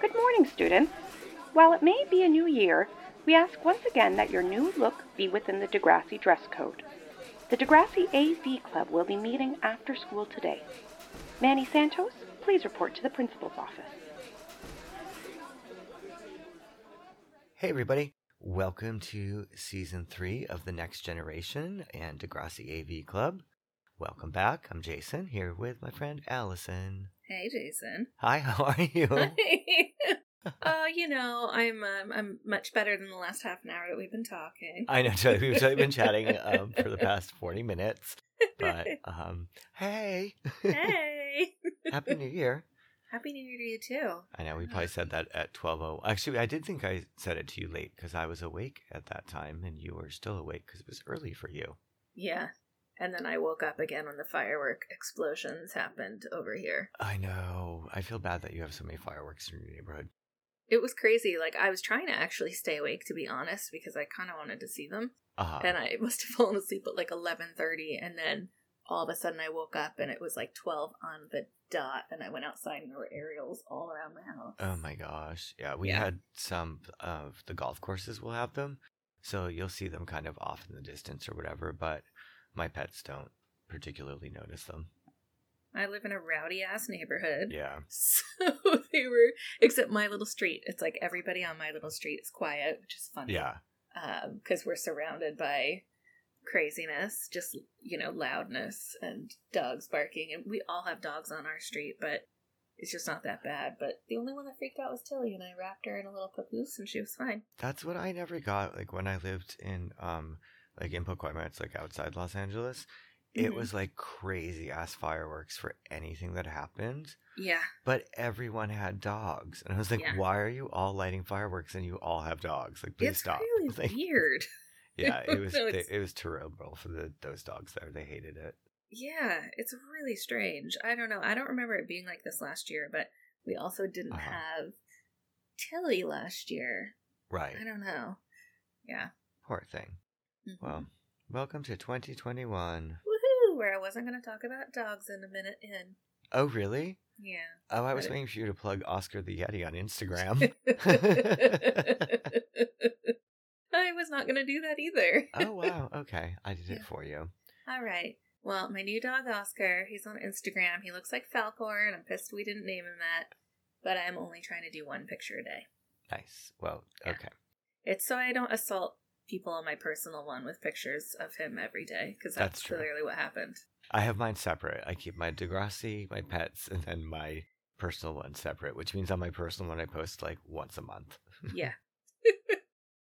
Good morning, students. While it may be a new year, we ask once again that your new look be within the Degrassi dress code. The Degrassi AV Club will be meeting after school today. Manny Santos, please report to the principal's office. Hey, everybody. Welcome to season three of The Next Generation and Degrassi AV Club. Welcome back. I'm Jason here with my friend Allison. Hey, Jason. Hi, how are you? oh, you know, I'm um, I'm much better than the last half an hour that we've been talking. I know totally, we've totally been chatting um, for the past 40 minutes, but um, hey, hey, Happy New Year. happy New Year to you too. I know we probably said that at 12.0. Actually, I did think I said it to you late because I was awake at that time and you were still awake because it was early for you. Yeah, and then I woke up again when the firework explosions happened over here. I know. I feel bad that you have so many fireworks in your neighborhood. It was crazy. Like I was trying to actually stay awake to be honest because I kind of wanted to see them, Uh-huh. and I must have fallen asleep at like eleven thirty, and then all of a sudden I woke up and it was like twelve on the dot, and I went outside and there were aerials all around the house. Oh my gosh. Yeah, we Yeah. had some of the golf courses will have them. So you'll see them kind of off in the distance or whatever, but my pets don't particularly notice them. I live in a rowdy ass neighborhood. Yeah. So they were, except my little street. It's like everybody on my little street is quiet, which is funny. Yeah. Because we're surrounded by craziness, just, you know, loudness and dogs barking. And we all have dogs on our street, but it's just not that bad. But the only one that freaked out was Tilly, and I wrapped her in a little papoose and she was fine. That's what I never got. Like when I lived in um like in Pacoima, it's like outside Los Angeles. It Mhm. was like crazy ass fireworks for anything that happened. Yeah. But everyone had dogs. And I was like, Yeah. why are you all lighting fireworks and you all have dogs? Like please it's stop. really Like- weird. Yeah, it was So they, it's- it was terrible for the those dogs there. They hated it. Yeah, it's really strange. I don't know. I don't remember it being like this last year, but we also didn't Uh-huh. have Tilly last year. Right. I don't know. Yeah. Poor thing. Mhm. Well, welcome to 2021. woohoo! Where I wasn't going to talk about dogs in a minute in. Oh, really? Yeah. Oh, I was Right. waiting for you to plug Oscar the Yeti on Instagram. I was not going to do that either. oh, wow. Okay. I did it Yeah. for you. All right. Well, my new dog Oscar, he's on Instagram. He looks like Falcor, and I'm pissed we didn't name him that. But I'm only trying to do one picture a day. Nice. Well, Yeah. okay. It's so I don't assault people on my personal one with pictures of him every day because That's that's, true. clearly what happened. I have mine separate. I keep my Degrassi, my pets, and then my personal one separate, which means on my personal one, I post like once a month. Yeah.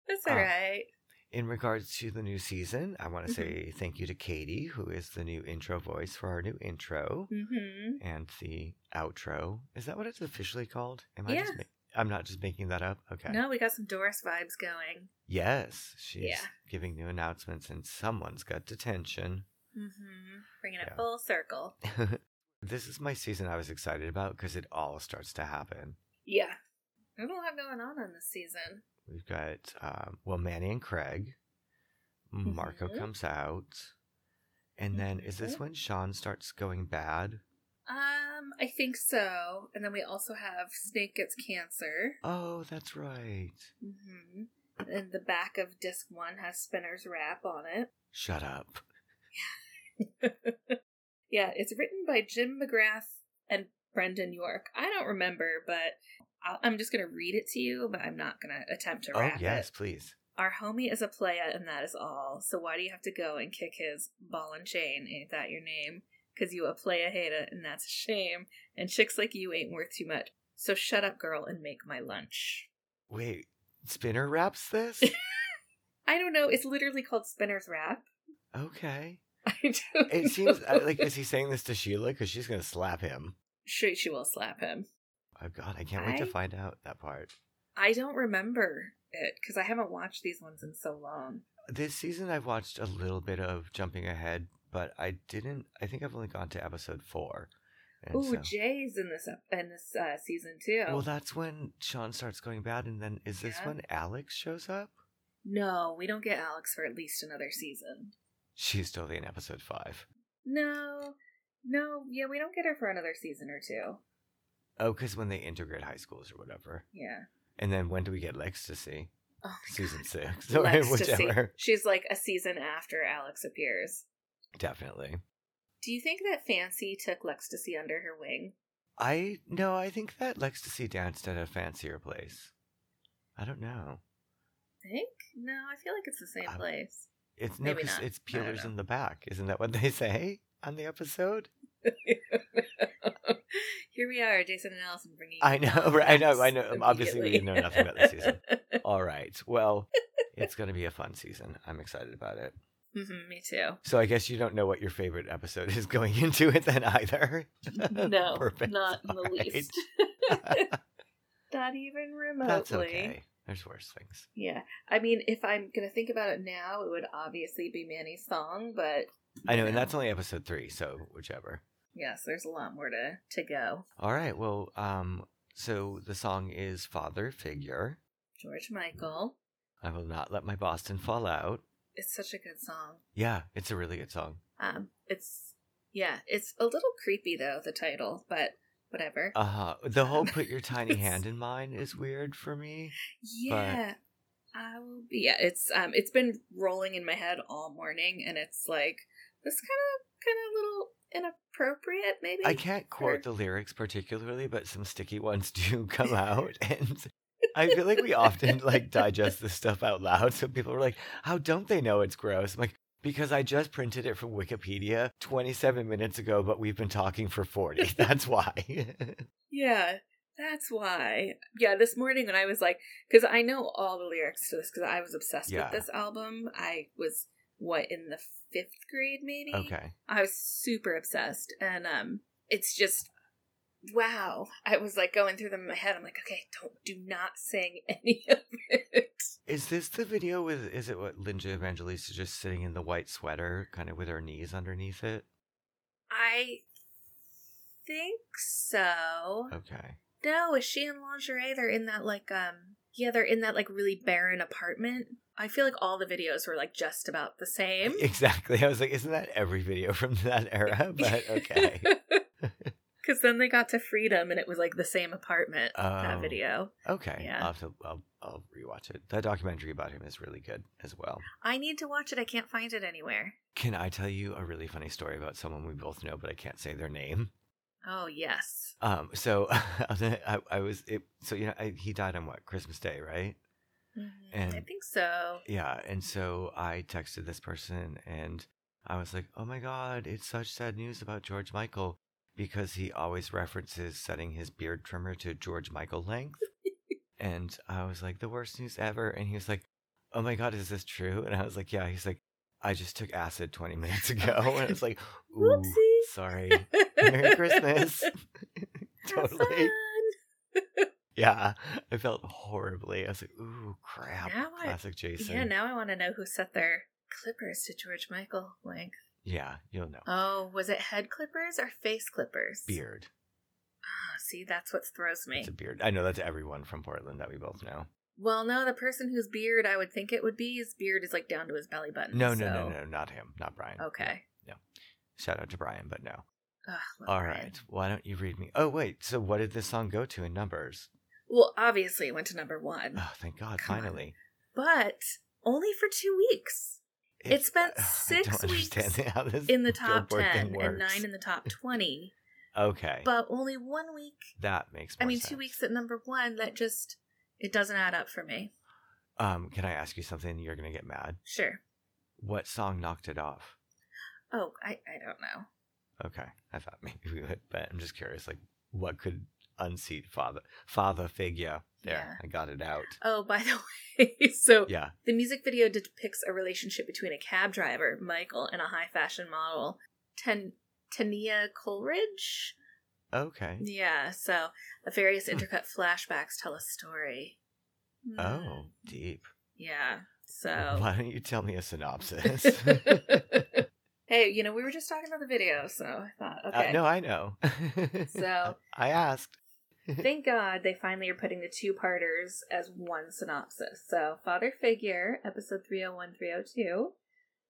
that's Ah. all right. In regards to the new season, I want to Mhm. say thank you to Katie, who is the new intro voice for our new intro Mm-hmm. and the outro. Is that what it's officially called? Am I just Yeah. ma- I'm not just making that up. Okay. No, we got some Doris vibes going. Yes, she's Yeah. giving new announcements, and someone's got detention. Mm-hmm. Bringing it Yeah. full circle. this is my season I was excited about because it all starts to happen. Yeah. There's a lot going on on this season. We've got um, well Manny and Craig. Marco Mhm. comes out, and then is this Mhm. when Sean starts going bad? Um, I think so. And then we also have Snake gets cancer. Oh, that's right. Mm-hmm. And the back of disc one has Spinner's wrap on it. Shut up. Yeah, it's written by Jim McGrath and Brendan York. I don't remember, but I'll, I'm just going to read it to you, but I'm not going to attempt to Oh rap yes, it. please. Our homie is a playa, and that is all. So why do you have to go and kick his ball and chain? Ain't that your name? Because you a playa hater, and that's a shame. And chicks like you ain't worth too much. So shut up, girl, and make my lunch. Wait, Spinner wraps this? I don't know. It's literally called Spinner's Rap. okay. I don't It seems know. uh, like is he saying this to Sheila because she's gonna slap him? Sure, she will slap him. Oh God, I can't wait to I- find out that part. I don't remember it because I haven't watched these ones in so long. This season, I've watched a little bit of jumping ahead, but I didn't. I think I've only gone to episode four. And Oh, so- Jay's in this ep- in this uh, season too. well, that's when Sean starts going bad, and then is this Yeah. when Alex shows up? no, we don't get Alex for at least another season. She's totally in episode five. No, no, yeah, we don't get her for another season or two. Oh, because when they integrate high schools or whatever. Yeah. And then when do we get Lex to see? Oh, Season six or Lex to see. whichever. She's like a season after Alex appears. Definitely. Do you think that Fancy took Lextasy under her wing? I no, I think that Lex to see danced at a fancier place. I don't know. Think? No, I feel like it's the same Um, place. It's no, Maybe 'cause not. it's I don't peelers know. in the back. Isn't that what they say on the episode? Here we are, Jason and Allison bringing. you I know, all right? I know, facts I know. Um, Obviously, we immediately. know nothing about this season. All right. Well, it's going to be a fun season. I'm excited about it. Mhm, me too. So I guess you don't know what your favorite episode is going into it then either. No, Perfect. not in the All right. least. not even remotely. That's okay. There's worse things. Yeah, I mean, if I'm gonna think about it now, it would obviously be Manny's song, but I know, you and that's only episode three, so whichever. yes, there's a lot more to to go. All right. Well, um, so the song is Father Figure. George Michael. I will not let my Boston fall out. It's such a good song. Yeah, it's a really good song. Um, it's yeah, it's a little creepy though the title, but whatever. Uh huh. The whole Um, put your tiny hand in mine is weird for me. yeah, I will be. Yeah, it's um, it's been rolling in my head all morning, and it's like this kind of kind of little inappropriate, maybe. I can't quote or- the lyrics particularly, but some sticky ones do come out, and I feel like we often like digest this stuff out loud. So people are like, "How don't they know it's gross?" I'm like, "Because I just printed it from Wikipedia 27 minutes ago, but we've been talking for 40. That's why." Yeah, that's why. Yeah, this morning when I was like, because I know all the lyrics to this because I was obsessed Yeah. with this album. I was what in the fifth grade, maybe. okay. I was super obsessed, and um, it's just wow. I was like going through them in my head. I'm like, okay, don't do not sing any of it. Is this the video with? Is it what Linda Evangelista just sitting in the white sweater, kind of with her knees underneath it? I think so. Okay. No, is she in lingerie? They're in that like um yeah, they're in that like really barren apartment. I feel like all the videos were like just about the same. Exactly. I was like, "Isn't that every video from that era?" But okay. Cause then they got to freedom and it was like the same apartment Oh. that video. Okay, Yeah. I'll have to. I'll, I'll rewatch it. That documentary about him is really good as well. I need to watch it, I can't find it anywhere. Can I tell you a really funny story about someone we both know, but I can't say their name? Oh yes. Um, so I, I was. It, so you know, I, he died on what Christmas Day, right? Mhm. I And- think so. Yeah, and so I texted this person, and I was like, "Oh my God, it's such sad news about George Michael." Because he always references setting his beard trimmer to George Michael length. And I was like, the worst news ever. And he was like, oh my God, is this true? And I was like, yeah. He's like, I just took acid 20 minutes ago. And I was like, ooh, Whoopsie. sorry. Merry Christmas. Have totally. fun. Yeah. I felt horribly. I was like, ooh, crap. Now I- Classic Jason. Yeah, now I want to know who set their clippers to George Michael length. yeah, you'll know. Oh, was it head clippers or face clippers? Beard. Ah, see, that's what throws me. It's a beard. I know that's everyone from Portland that we both know. Well, no, the person whose beard I would think it would be, his beard is like down to his belly button. No, Mm, so. no, no, no, not him. Not Brian. Okay. Shout out to Brian, but no. Ugh, love All right. Brian. Why don't you read me? Oh, wait. So what did this song go to in numbers? Well, obviously it went to number one, Oh, thank God. Mm, Come on. finally. but only for two weeks It spent I six don't understand weeks how this in the top Billboard thing 10 and works. nine in the top 20, Okay, but only one week. that makes. I more mean, two sense. weeks at number one, that just, it doesn't add up for me. Um, can I ask you something? You're gonna get mad. Sure. What song knocked it off? Oh, I, I don't know. Okay, I thought maybe we would, but I'm just curious. Like, what could unseat father father figure? There, I got it out. Oh, by the way, so Yeah. The music video depicts a relationship between a cab driver, Michael, and a high fashion model, Ten- Tania Coleridge. Okay. Yeah, so the various intercut flashbacks tell a story. Oh, Mm, deep. Yeah, so. Why don't you tell me a synopsis? Uh, hey, you know, we were just talking about the video, so I thought, okay. Uh, no, I know. So- I asked. Thank God they finally are putting the two parters as one synopsis. So, Father Figure, episode 301 302.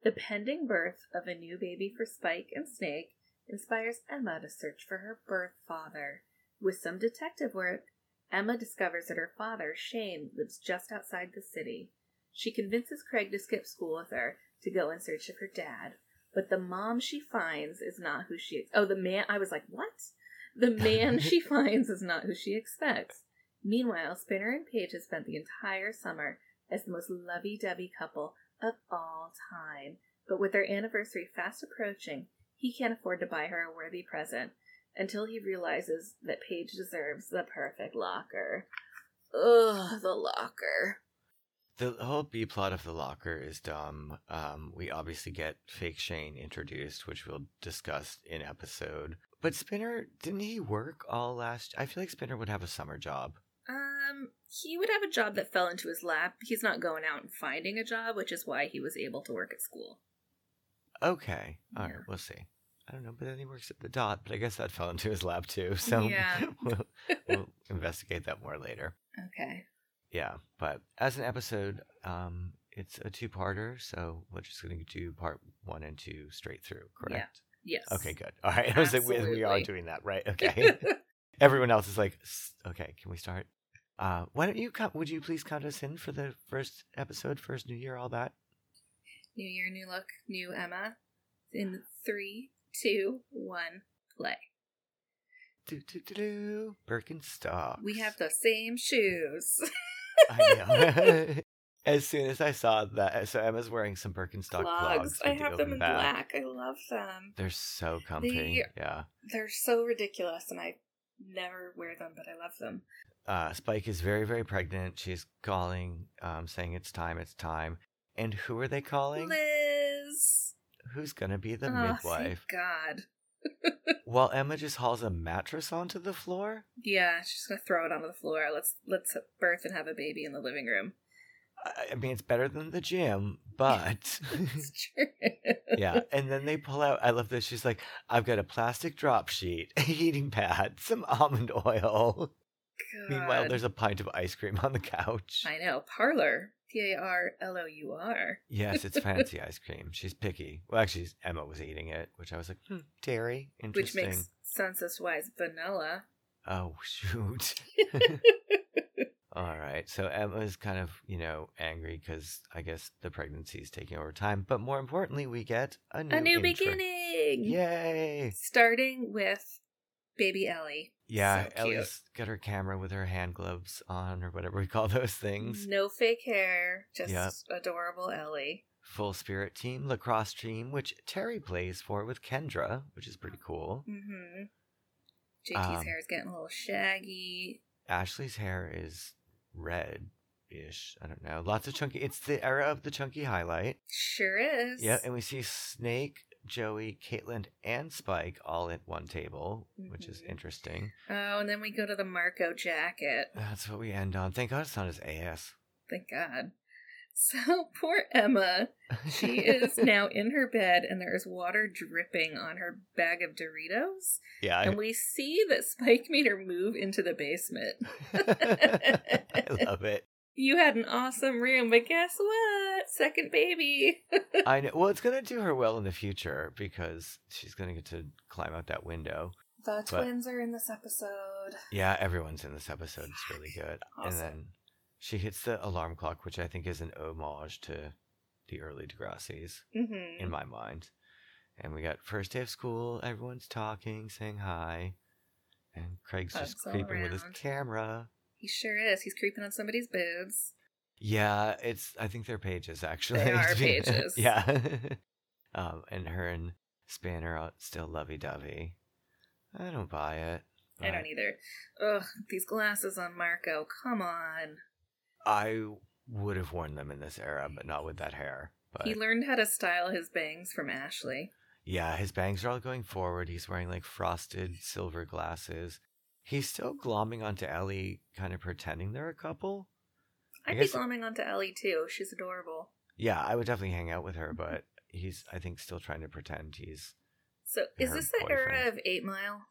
The pending birth of a new baby for Spike and Snake inspires Emma to search for her birth father. With some detective work, Emma discovers that her father, Shane, lives just outside the city. She convinces Craig to skip school with her to go in search of her dad, but the mom she finds is not who she. Oh, the man. I was like, what? The man she finds is not who she expects. Meanwhile, Spinner and Page have spent the entire summer as the most lovey dovey couple of all time. But with their anniversary fast approaching, he can't afford to buy her a worthy present until he realizes that Paige deserves the perfect locker. Ugh, the locker. The whole B plot of the locker is dumb. Um, we obviously get fake Shane introduced, which we'll discuss in episode. But Spinner, didn't he work all last? I feel like Spinner would have a summer job. Um, he would have a job that fell into his lap. He's not going out and finding a job, which is why he was able to work at school. Okay, all Yeah. right, we'll see. I don't know, but then he works at the dot. But I guess that fell into his lap too. So Yeah. we'll, we'll investigate that more later. Okay. Yeah, but as an episode, um, it's a two-parter, so we're just going to do part one and two straight through. Correct? Yes. Okay, good. All right, I was like, we, we are Absolutely. doing that, right? Okay. Everyone else is like, "S- okay, can we start? Uh, why don't you come? Would you please count us in for the first episode, first New Year, all that? new year, new look, new Emma. In three, two, one, play. Do do do do. Birkenstocks. We have the same shoes. I know. as soon as I saw that, so Emma's wearing some Birkenstock clogs. I with the have them open in back. black. I love them. They're so comfy. Yeah. They're so ridiculous, and I never wear them, but I love them. Uh, Spike is very very pregnant. She's calling, um, saying it's time, it's time. And who are they calling? Liz. Who's gonna be the oh, midwife? Thank God. While Emma just hauls a mattress onto the floor. Yeah, she's gonna throw it onto the floor. Let's let's birth and have a baby in the living room. I- I mean, it's better than the gym, but It's true. yeah. And then they pull out. I love this. She's like, "I've got a plastic drop sheet, a heating pad, some almond oil." Meanwhile, God. there's a pint of ice cream on the couch. I know parlor. P A R L O U R. Yes, it's fancy ice cream. She's picky. Well, actually, Emma was eating it, which I was like, hmm, dairy, Which interesting. makes sense as why it's vanilla. Oh shoot! All right, so Emma's kind of you know angry because I guess the pregnancy is taking over time, but more importantly, we get a new a new intro- beginning. Yay! Starting with baby Ellie. Yeah, So cute. Ellie's got her camera with her hand gloves on, or whatever we call those things. No fake hair, just Yep. adorable Ellie. Full spirit team, lacrosse team, which Terry plays for with Kendra, which is pretty cool. Mm-hmm. JT's Um, hair is getting a little shaggy. Ashley's hair is red ish. I don't know. Lots of chunky. It's the era of the chunky highlight. Sure is. Yeah, and we see Snake, Joey, Caitlin, and Spike all at one table, which is Mhm. interesting. oh, and then we go to the Marco jacket. That's what we end on. Thank God it's not his ass. Thank God. So poor Emma. She is now in her bed, and there is water dripping on her bag of Doritos. yeah. I- And we see that Spike made her move into the basement. I love it. You had an awesome room, but guess what? Second baby. I know. Well, it's gonna do her well in the future because she's gonna get to climb out that window. The twins are in this episode. Yeah, everyone's in this episode. It's really good. Awesome. And then she hits the alarm clock, which I think is an homage to the early Degrassi's Mm-hmm. in my mind. And we got first day of school. Everyone's talking, saying hi, and Craig's just Hugs all creeping with his around. camera. He sure is. He's creeping on somebody's boobs. Yeah, it's. I think they're pages actually. They are to be- pages. yeah. um, and her and Spanner are still lovey dovey. I don't buy it. I don't e either. Ugh, these glasses on Marco. Come on. I would have worn them in this era, but not with that hair. But He learned how to style his bangs from Ashley. yeah, his bangs are all going forward. He's wearing like frosted silver glasses. He's still glomming onto Ellie, kind of pretending they're a couple. I I'd guess- be glomming onto Ellie too. She's adorable. Yeah, I would definitely hang out with her, Mm-hmm. but he's I think still trying to pretend he's So, is Her this the era boyfriend. of Eight Mile?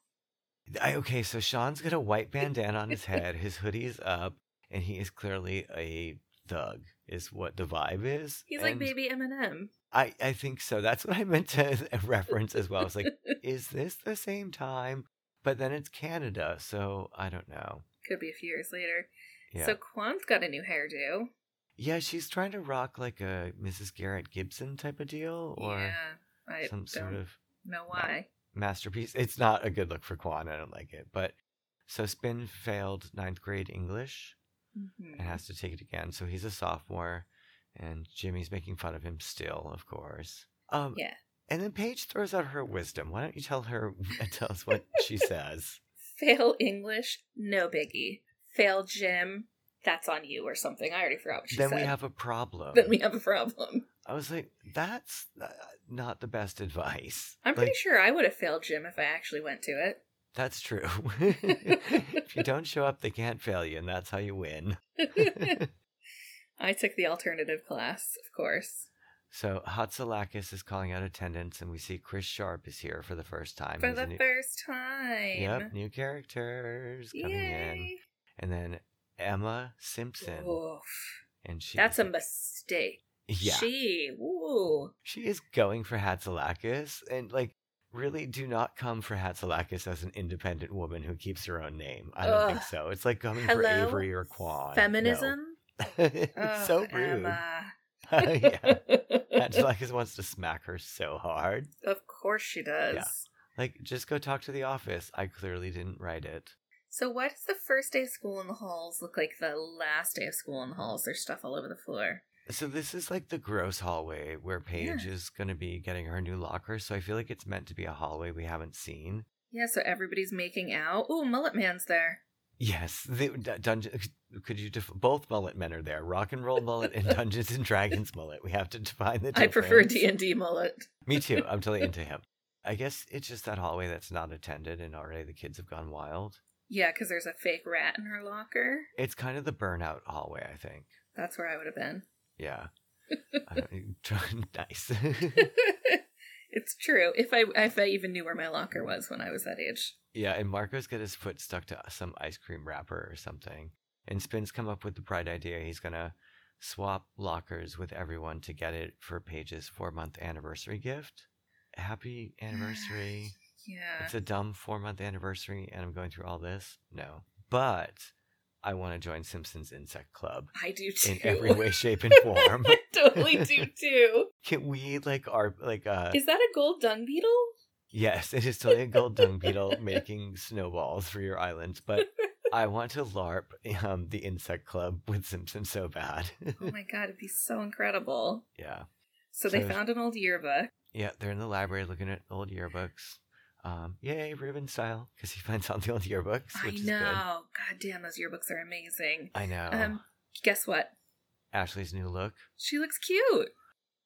I, okay, so Sean's got a white bandana on his head, his hoodie's up, and he is clearly a thug is what the vibe is. He's like And baby Eminem. I, I think so. That's what I meant to reference as well. I was like, is this the same time? But then it's Canada, so I don't know. Could be a few years later. Yeah. So Quan's got a new hairdo. yeah, she's trying to rock like a Mrs. Garrett Gibson type of deal or yeah, I some don't sort of know why. masterpiece. It's not a good look for Quan. I don't like it. But so Spin failed ninth grade English Mhm. and has to take it again. So he's a sophomore, and Jimmy's making fun of him still, of course. Um, Yeah. And then Paige throws out her wisdom. Why don't you tell her tell us what she says? Fail English, no biggie. Fail gym, that's on you or something. I already forgot what she then said. we have a problem. then we have a problem. I was like, that's uh, not the best advice. I'm pretty Like, sure I would have failed gym if I actually went to it. That's true. if you don't show up, they can't fail you, and that's how you win. I took the alternative class, of course. So Hatzilakis is calling out attendance, and we see Chris Sharp is here for the first time. For He's a the new- first time. Yep, new characters coming in, Yay. and then Emma Simpson, Oof. and she That's a mistake. yeah, she, She, woo. is going for Hatzilakis, and like really do not come for Hatzilakis as an independent woman who keeps her own name. I don't think Ugh. so. It's like going for Hello? Avery or Quan. No. Feminism? it's Ugh, so rude. Emma. yeah, Hatzilakis wants to smack her so hard. of course she does. Yeah. Like, just go talk to the office. I clearly didn't write it. So why does the first day of school in the halls look like the last day of school in the halls? There's stuff all over the floor. So this is like the gross hallway where Paige is going to be getting her new locker. So I feel like it's meant to be a hallway we haven't seen. Yeah, so everybody's making out. Ooh, Mullet Man's there. Yes, the d- dungeon. Could you def- both mullet men are there? Rock and roll mullet and Dungeons and Dragons mullet. We have to define the. Difference. I prefer D and D Mullet. Me too. I'm totally into him. I guess it's just that hallway that's not attended, and already the kids have gone wild. Yeah, because there's a fake rat in her locker. It's kind of the burnout hallway, I think. That's where I would have been. Yeah. I don't- nice. it's true. If I if I even knew where my locker was when I was that age. Yeah, and Marco's got his foot stuck to some ice cream wrapper or something. And Spin's come up with the bright idea he's gonna swap lockers with everyone to get it for Paige's four month anniversary gift. Happy anniversary. Yeah. it's a dumb four month anniversary and I'm going through all this. No. But I wanna join Simpsons Insect Club I do too. in every way, shape, and form. I totally do too. Can we like our like uh Is that a gold dung beetle? Oh Yes, it is totally a gold dung beetle making snowballs for your islands, but I want to LARP um, the insect club with Simpson so bad. Oh my god, it'd be so incredible. yeah. So they So- found an old yearbook. Yeah, they're in the library looking at old yearbooks. Um, yay, Reuben style, because he finds all the old yearbooks, I which is good. know. God damn, those yearbooks are amazing. I know. Um, guess what? Ashley's new look. She looks cute.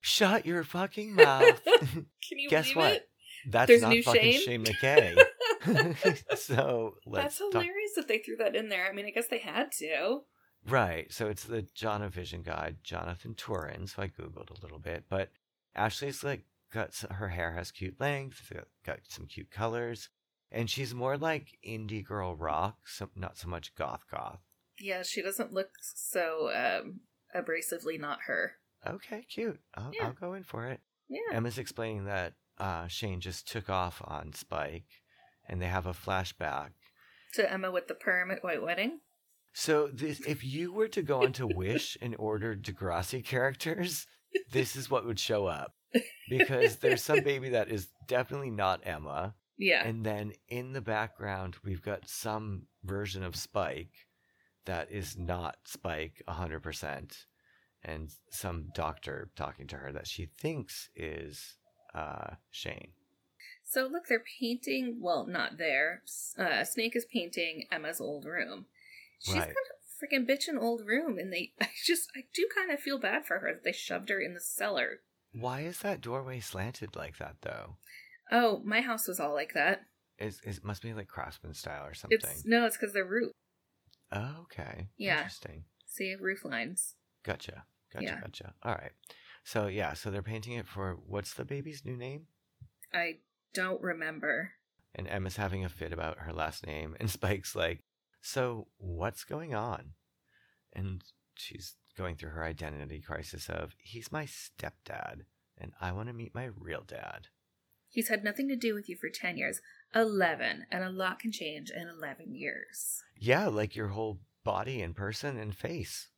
Shut your fucking mouth. Can you Guess believe what? it? That's There's not new fucking Shane shame. McKay. so let's That's talk hilarious that they threw that in there. I mean, I guess they had to. Right. So it's the Jonavision guy, Jonathan Turin. So I Googled a little bit, but Ashley's like got s her hair has cute length, it's got some cute colors, and she's more like indie girl rock, so not so much goth goth. Yeah, she doesn't look so um, abrasively not her. Okay, cute. I'll, Yeah. I'll go in for it. Yeah. Emma's explaining that uh, Shane just took off on Spike, and they have a flashback. To Emma with the perm at White Wedding. So this, if you were to go onto Wish and order Degrassi characters, this is what would show up. Because there's some baby that is definitely not Emma. Yeah. And then in the background, we've got some version of Spike that is not Spike 100%. And some doctor talking to her that she thinks is uh, Shane. so look, they're painting. Well, not there. S- Uh, Snake is painting Emma's old room. She's Right. kind of a freaking bitch in old room, and they. I just. I do kind of feel bad for her that they shoved her in the cellar. Why is that doorway slanted like that, though? Oh, my house was all like that. It's, it must be like craftsman style or something. It's no, it's because they're roof. Oh, okay. Yeah. Interesting. See roof lines. Gotcha. Gotcha. Yeah. Gotcha. All right. So yeah, so they're painting it for what's the baby's new name? I don't remember. And Emma's having a fit about her last name, and Spike's like, "So what's going on?" And she's going through her identity crisis of, "He's my stepdad, and I want to meet my real dad." He's had nothing to do with you for 10 years. 11. And a lot can change in 11 years. Yeah, like your whole body and person and face.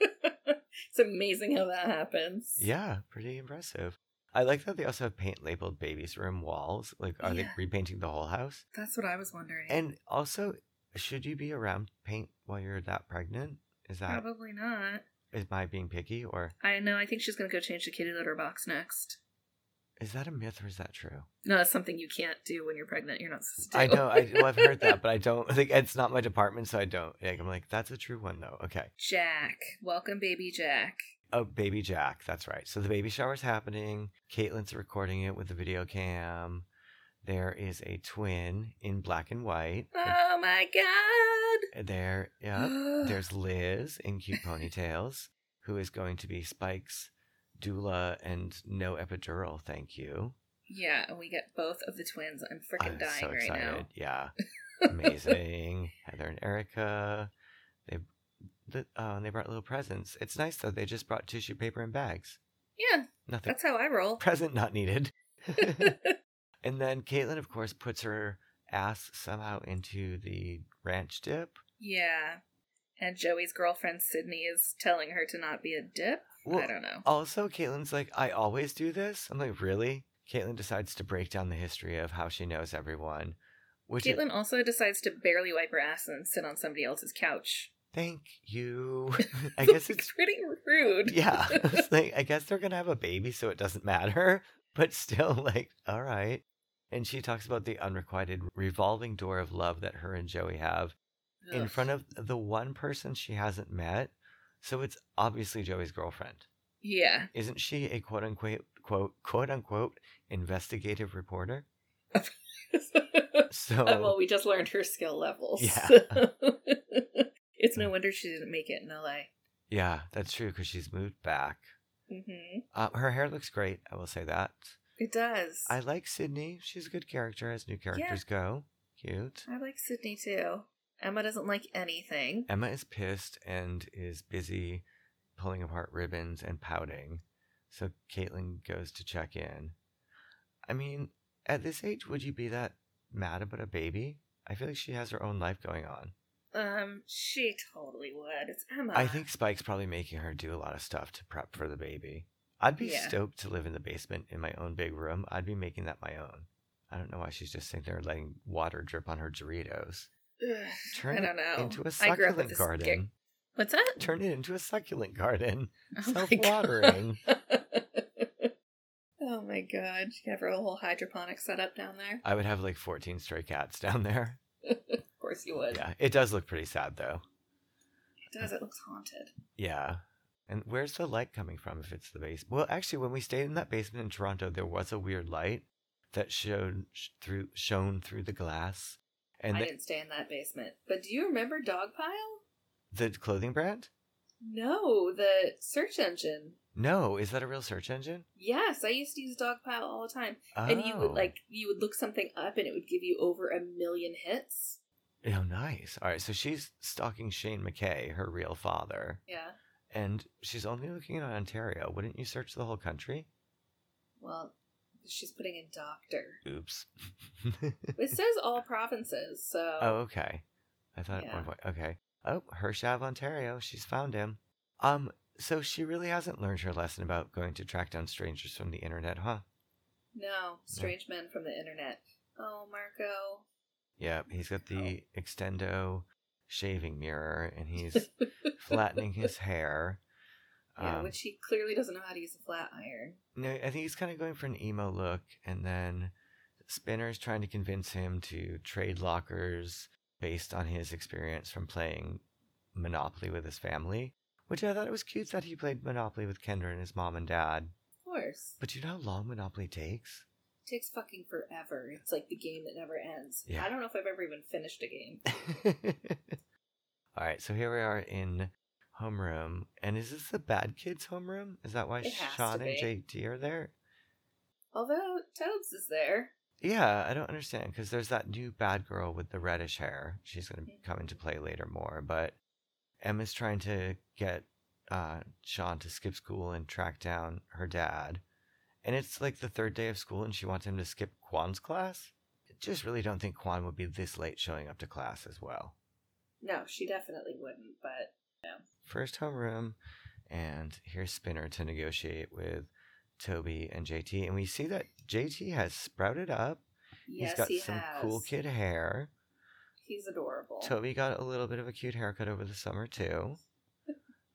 it's amazing how that happens. Yeah, pretty impressive. I like that they also have paint labeled baby's room walls. Like, are they Yeah. repainting the whole house? That's what I was wondering. And also, should you be around paint while you're that pregnant? Is that Probably not. is my being picky or I know. I think she's going to go change the kitty litter box next. is that a myth or is that true? No, that's something you can't do when you're pregnant. You're not supposed to. I know I, well, I've heard that, but I don't think it's not my department, so I don't. Like, I'm like that's a true one though. Okay. Jack, welcome, baby Jack. Oh, baby Jack. That's right. So the baby shower's happening. Caitlin's recording it with the video cam. There is a twin in black and white. Oh my god! There, yeah. There's Liz in cute ponytails, who is going to be Spike's doula and no epidural. Thank you. yeah, and we get both of the twins. I'm freaking I'm dying so right excited. now. Yeah, amazing. Heather and Erica. They, the, oh, and they brought little presents. It's nice though. They just brought tissue paper and bags. Yeah, Nothing. that's how I roll. Present not needed. and then Caitlin, of course, puts her ass somehow into the ranch dip. yeah. And Joey's girlfriend Sydney is telling her to not be a dip. I don't know. Also, Caitlin's like, I always do this. I'm like, really? Caitlin decides to break down the history of how she knows everyone. Which is- Caitlin also decides to barely wipe her ass and sit on somebody else's couch. thank you. I guess it's pretty rude. yeah. It's like, I guess they're gonna have a baby, so it doesn't matter. But still, like, all right. And she talks about the unrequited revolving door of love that her and Joey have in Ugh. front of the one person she hasn't met. So it's obviously Joey's girlfriend. Yeah, Isn't she a quote unquote quote quote unquote investigative reporter? So Uh, well, we just learned her skill levels. Yeah. it's no wonder she didn't make it in LA. yeah, that's true because she's moved back. hmm Uh, her hair looks great. I will say that. It does. I like Sydney. She's a good character as new characters go. Cute. I like Sydney too. Emma doesn't like anything. Emma is pissed and is busy pulling apart ribbons and pouting. So Caitlin goes to check in. I mean, at this age, would you be that mad about a baby? I feel like she has her own life going on. Um, she totally would. It's Emma. I think Spike's probably making her do a lot of stuff to prep for the baby. I'd be Yeah. stoked to live in the basement in my own big room. I'd be making that my own. I don't know why she's just sitting there letting water drip on her Doritos. Ugh, Turn I don't know. it into a I grew up succulent with this garden. What's that? Turn it into a succulent garden. Oh my Self-watering. God. oh my god! You have her whole hydroponic setup down there. I would have like 14 stray cats down there. Of course you would. Yeah, it does look pretty sad though. It does. It looks haunted. Yeah. And where's the light coming from if it's the basement? Well, actually, when we stayed in that basement in Toronto, there was a weird light that showed sh- through shone through the glass. And I the, didn't stay in that basement. But do you remember Dogpile? the clothing brand? No, the search engine. No, is that a real search engine? Yes, I used to use Dogpile all the time. Oh. And you would like you would look something up and it would give you over a million hits. Oh, nice. All right, so she's stalking Shane McKay, her real father, Yeah. and she's only looking in Ontario. Wouldn't you search the whole country? Well, she's putting in doctor. Oops. It says all provinces, so Oh, okay. I thought at Yeah. one point. Okay. Oh, Hershav, Ontario. She's found him. Um. So she really hasn't learned her lesson about going to track down strangers from the internet, huh? no, strange men from the internet. Oh, Marco. Yeah. He's got the extendo shaving mirror, and he's flattening his hair. Yeah, Um, which he clearly doesn't know how to use a flat iron. No, I think he's kind of going for an emo look, and then Spinner's trying to convince him to trade lockers based on his experience from playing Monopoly with his family. Which I thought it was cute that he played Monopoly with Kendra and his mom and dad. Of course. But do you know how long Monopoly takes? takes fucking forever. It's like the game that never ends. Yeah. I don't know if I've ever even finished a game. All right, so here we are in homeroom, and is this the bad kids' homeroom? Is that why It has to Sean and be. JT are there? Although Toads is there. Yeah, I don't understand because there's that new bad girl with the reddish hair. She's going to Mhm. come into play later more, but Emma's trying to get uh, Sean to skip school and track down her dad. And it's like the third day of school and she wants him to skip Kwan's class? I just really don't think Kwan would be this late showing up to class as well. No, she definitely wouldn't, but First homeroom, and here's Spinner to negotiate with Toby and JT. And we see that JT has sprouted up. yes, He's got he some has. cool kid hair. He's adorable. Toby got a little bit of a cute haircut over the summer, too.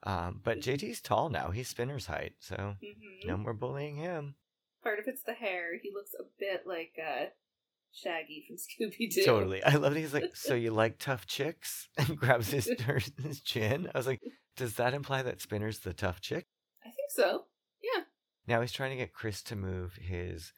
Um, but JT's tall now. He's Spinner's height, so hmm no more bullying him. Part of it's the hair. He looks a bit like uh, Shaggy from Scooby Doo. Totally. I love that he's like, so you like tough chicks? And grabs his, her- his chin. I was like, does that imply that Spinner's the tough chick? I think so. Now he's trying to get Chris to move his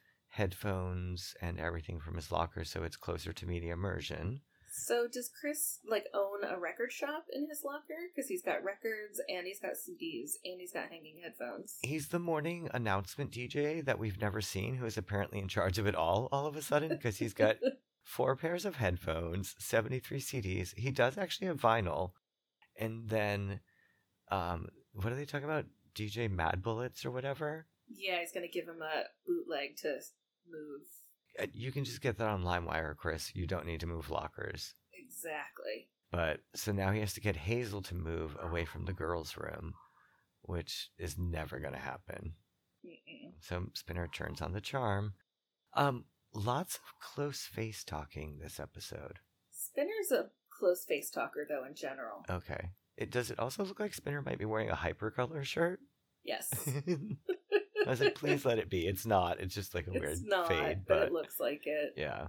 headphones and everything from his locker so it's closer to media immersion. So does Chris like own a record shop in his locker? Because he's got records and he's got CDs and he's got hanging headphones. He's the morning announcement DJ that we've never seen, who is apparently in charge of it all all of a sudden because he's got four pairs of headphones, 73 CDs. He does actually have vinyl. And then, um, what are they talking about? DJ Mad Bullets or whatever? yeah, he's gonna give him a bootleg to move. Uh, You can just get that on LimeWire, Chris. You don't need to move lockers. Exactly. But so now he has to get Hazel to move away from the girls' room, which is never going to happen. Mm-mm. So Spinner turns on the charm. Um, lots of close face talking this episode. Spinner's a close face talker though in general. Okay. It does it also look like Spinner might be wearing a hypercolor shirt? Yes. I was like, please let it be. It's not. It's just like a weird it's not, fade, but it looks like it. Yeah.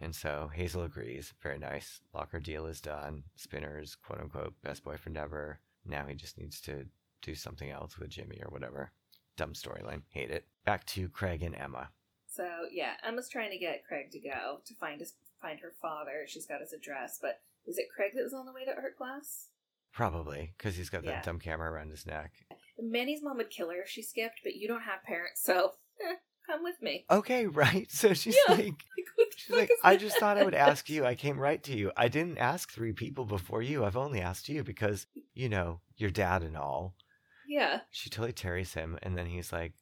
And so Hazel agrees. Very nice. Locker deal is done. Spinner's quote unquote best boyfriend ever. Now he just needs to do something else with Jimmy or whatever. Dumb storyline. Hate it. Back to Craig and Emma. So yeah, Emma's trying to get Craig to go to find his find her father. She's got his address, but is it Craig that was on the way to art class? Probably because he's got that Yeah. dumb camera around his neck. Manny's mom would kill her if she skipped, but you don't have parents, so eh, come with me. Okay, right. So she's Yeah. like, Like, what the she's fuck like, is I just thought I would that?" ask you. I came right to you. I didn't ask three people before you. I've only asked you because, you know, your dad and all. Yeah, She totally tarries him, and then he's like,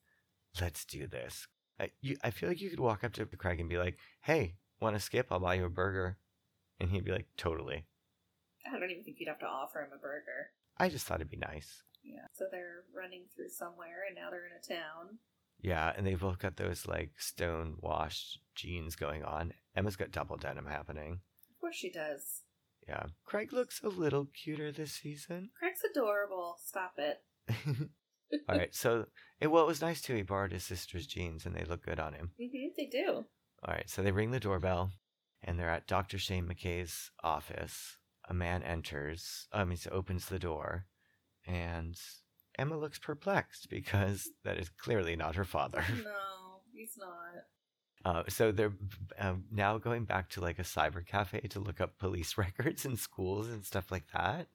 "Let's do this." I, you, I feel like you could walk up to Craig and be like, "Hey, want to skip? I'll buy you a burger," and he'd be like, "Totally." I don't even think you'd have to offer him a burger. I just thought it'd be nice. Yeah. So they're running through somewhere, and now they're in a town. Yeah, and they both got those like stone washed jeans going on. Emma's got double denim happening. Of course she does. Yeah, Craig looks a little cuter this season. Craig's adorable. Stop it. All right, so it, well, it was nice too. He borrowed his sister's jeans, and they look good on him. hmm they do. All right, so they ring the doorbell and they're at Dr. Shane McKay's office. A man enters, um, he opens the door, and Emma looks perplexed because that is clearly not her father. No, he's not. Uh, so they're um, now going back to like a cyber cafe to look up police records in schools and stuff like that.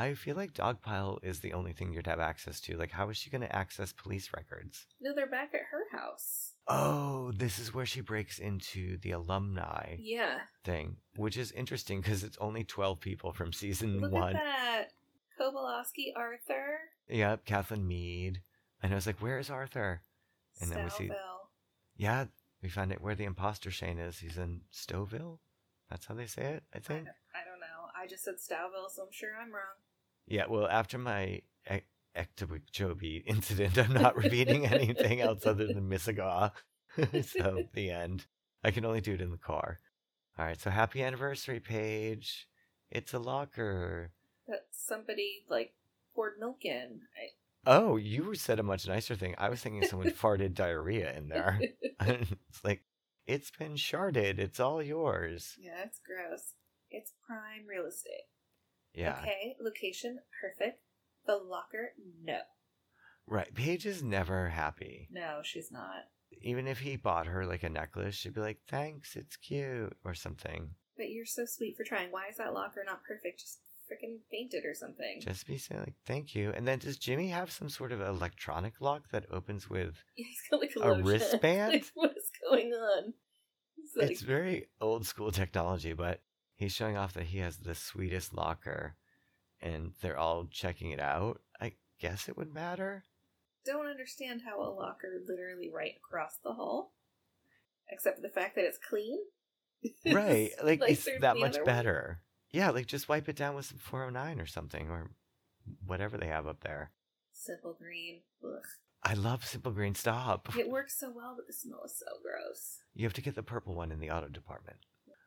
I feel like Dogpile is the only thing you'd have access to. Like, how is she going to access police records? No, they're back at her house. Oh, this is where she breaks into the alumni. Yeah. thing, which is interesting because it's only 12 people from season Look one. at that. Kobolowski Arthur. Yep, Kathleen Mead. And I was like, where is Arthur? And then we see- Stouffville. Yeah, we found it where the imposter Shane is. He's in Stouffville. That's how they say it, I I think. don't, I don't know. I just said Stouffville, so I'm sure I'm wrong. Yeah, well, after my e- Ectojobi incident, I'm not repeating anything else other than Misagaw. so, the end. I can only do it in the car. All right, so happy anniversary, Paige. It's a locker. that somebody like poured milk in. I, Oh, you were- said a much nicer thing. I was thinking someone farted diarrhea in there. it's like, it's been sharded. It's all yours. yeah, it's gross. It's prime real estate. Yeah. Okay, location perfect. The locker, no, Right. Paige is never happy. no, she's not. Even if he bought her like a necklace, she'd be like, thanks, it's cute, or something. But you're so sweet for trying. Why is that locker not perfect? Just freaking paint it or something. Just be saying, like, thank you. And then does Jimmy have some sort of electronic lock that opens with. He's got like a, A lotion. wristband? Like, what is going on? It's like it's very old school technology, but he's showing off that he has the sweetest locker and they're all checking it out. I guess it would matter. don't understand how a locker literally right across the hall, except for the fact that it's clean. Right. Like, Like, it's there's that the much other one. better. Yeah, like just wipe it down with some 409 or something or whatever they have up there. Simple green. Ugh. I love Simple Green Stop. It works so well, but the smell is so gross. You have to get the purple one in the auto department.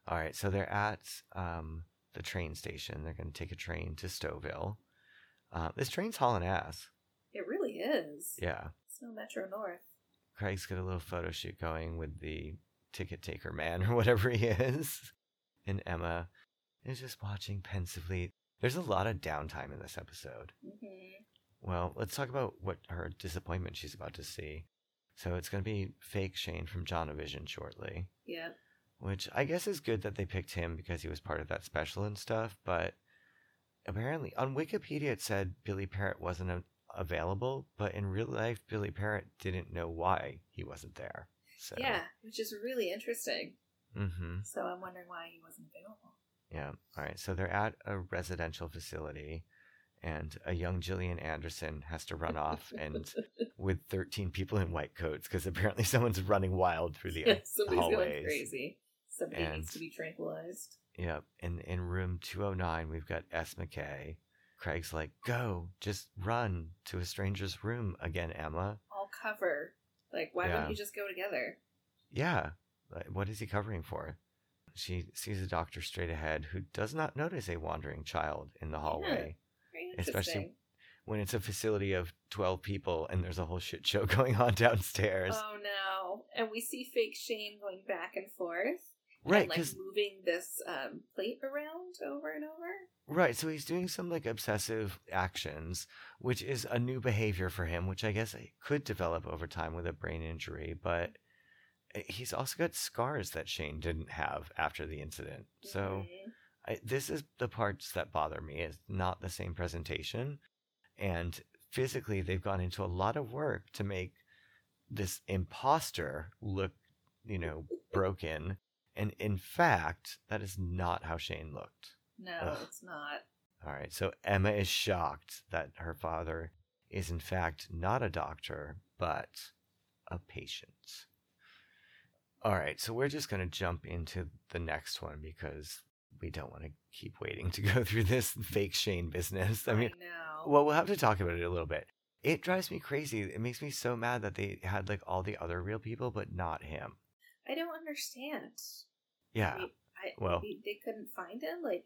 All right, so they're at um, the train station. They're going to take a train to Stouffville. Uh, this train's hauling ass. It really is. Yeah. It's no Metro North. Craig's got a little photo shoot going with the ticket taker man or whatever he is. And Emma is just watching pensively. There's a lot of downtime in this episode. hmm Well, let's talk about what her disappointment she's about to see. So it's going to be fake Shane from Jonavision shortly, Yeah. which I guess is good that they picked him because he was part of that special and stuff. But apparently on Wikipedia it said Billy Parrott wasn't a- available, but in real life Billy Parrott didn't know why he wasn't there. So, Yeah, which is really interesting. Mm-hmm. So I'm wondering why he wasn't available. Yeah. All right. So they're at a residential facility, and a young Jillian Anderson has to run off and with 13 people in white coats because apparently someone's running wild through the Somebody's going hallways. crazy. Somebody And- needs to be tranquilized. Yep. And in room 209, we've got S. McKay. Craig's like, go, just run to a stranger's room again, Emma. All cover. Like, why Yeah. wouldn't you just go together? Yeah. Like, What is he covering for? She sees a doctor straight ahead who does not notice a wandering child in the hallway. Very Especially- interesting. when it's a facility of 12 people and there's a whole shit show going on downstairs. Oh no! And we see fake Shane going back and forth, right, and, like 'cause- moving this um, plate around over and over. right, so he's doing some like obsessive actions, which is a new behavior for him, which I guess I could develop over time with a brain injury, but eh, he's also got scars that Shane didn't have after the incident. So Mhm. I, this is the parts that bother me. It's not the same presentation. And physically, they've gone into a lot of work to make this imposter look, you know, broken. And in fact, that is not how Shane looked. no, Ugh. it's not. All right. So Emma is shocked that her father is, in fact, not a doctor, but a patient. All right. So we're just going to jump into the next one because we don't want to keep waiting to go through this fake Shane business. I mean, no. well, we'll have to talk about it a little bit. It drives me crazy. It makes me so mad that they had like all the other real people, but not him. I don't understand. Yeah. We- I, well. we- they couldn't find him. Like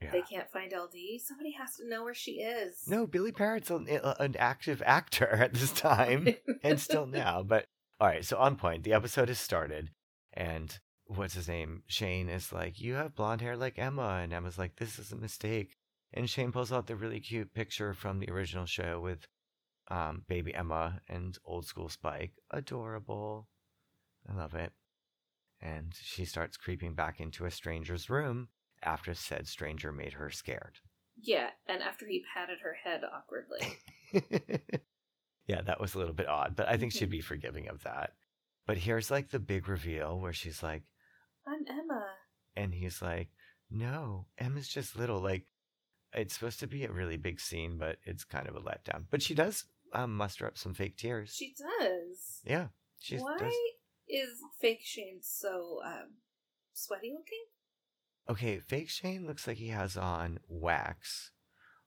Yeah. they can't find LD. Somebody has to know where she is. No, Billy Parrott's an, an active actor at this time. and still now. But all right, so on point, the episode has started, and what's his name? Shane is like, "You have blonde hair like Emma," and Emma's like, "This is a mistake." And Shane pulls out the really cute picture from the original show with um, baby Emma and old school Spike. Adorable, I love it. And she starts creeping back into a stranger's room after said stranger made her scared. Yeah, and after he patted her head awkwardly. yeah, that was a little bit odd, but I think Mhm. she'd be forgiving of that. But here's like the big reveal where she's like, I'm Emma. and he's like, no, Emma's just little. Like, it's supposed to be a really big scene, but it's kind of a letdown. But she does um, muster up some fake tears. She does. yeah, she Why does. is fake Shane so um, sweaty looking? Okay, fake Shane looks like he has on wax,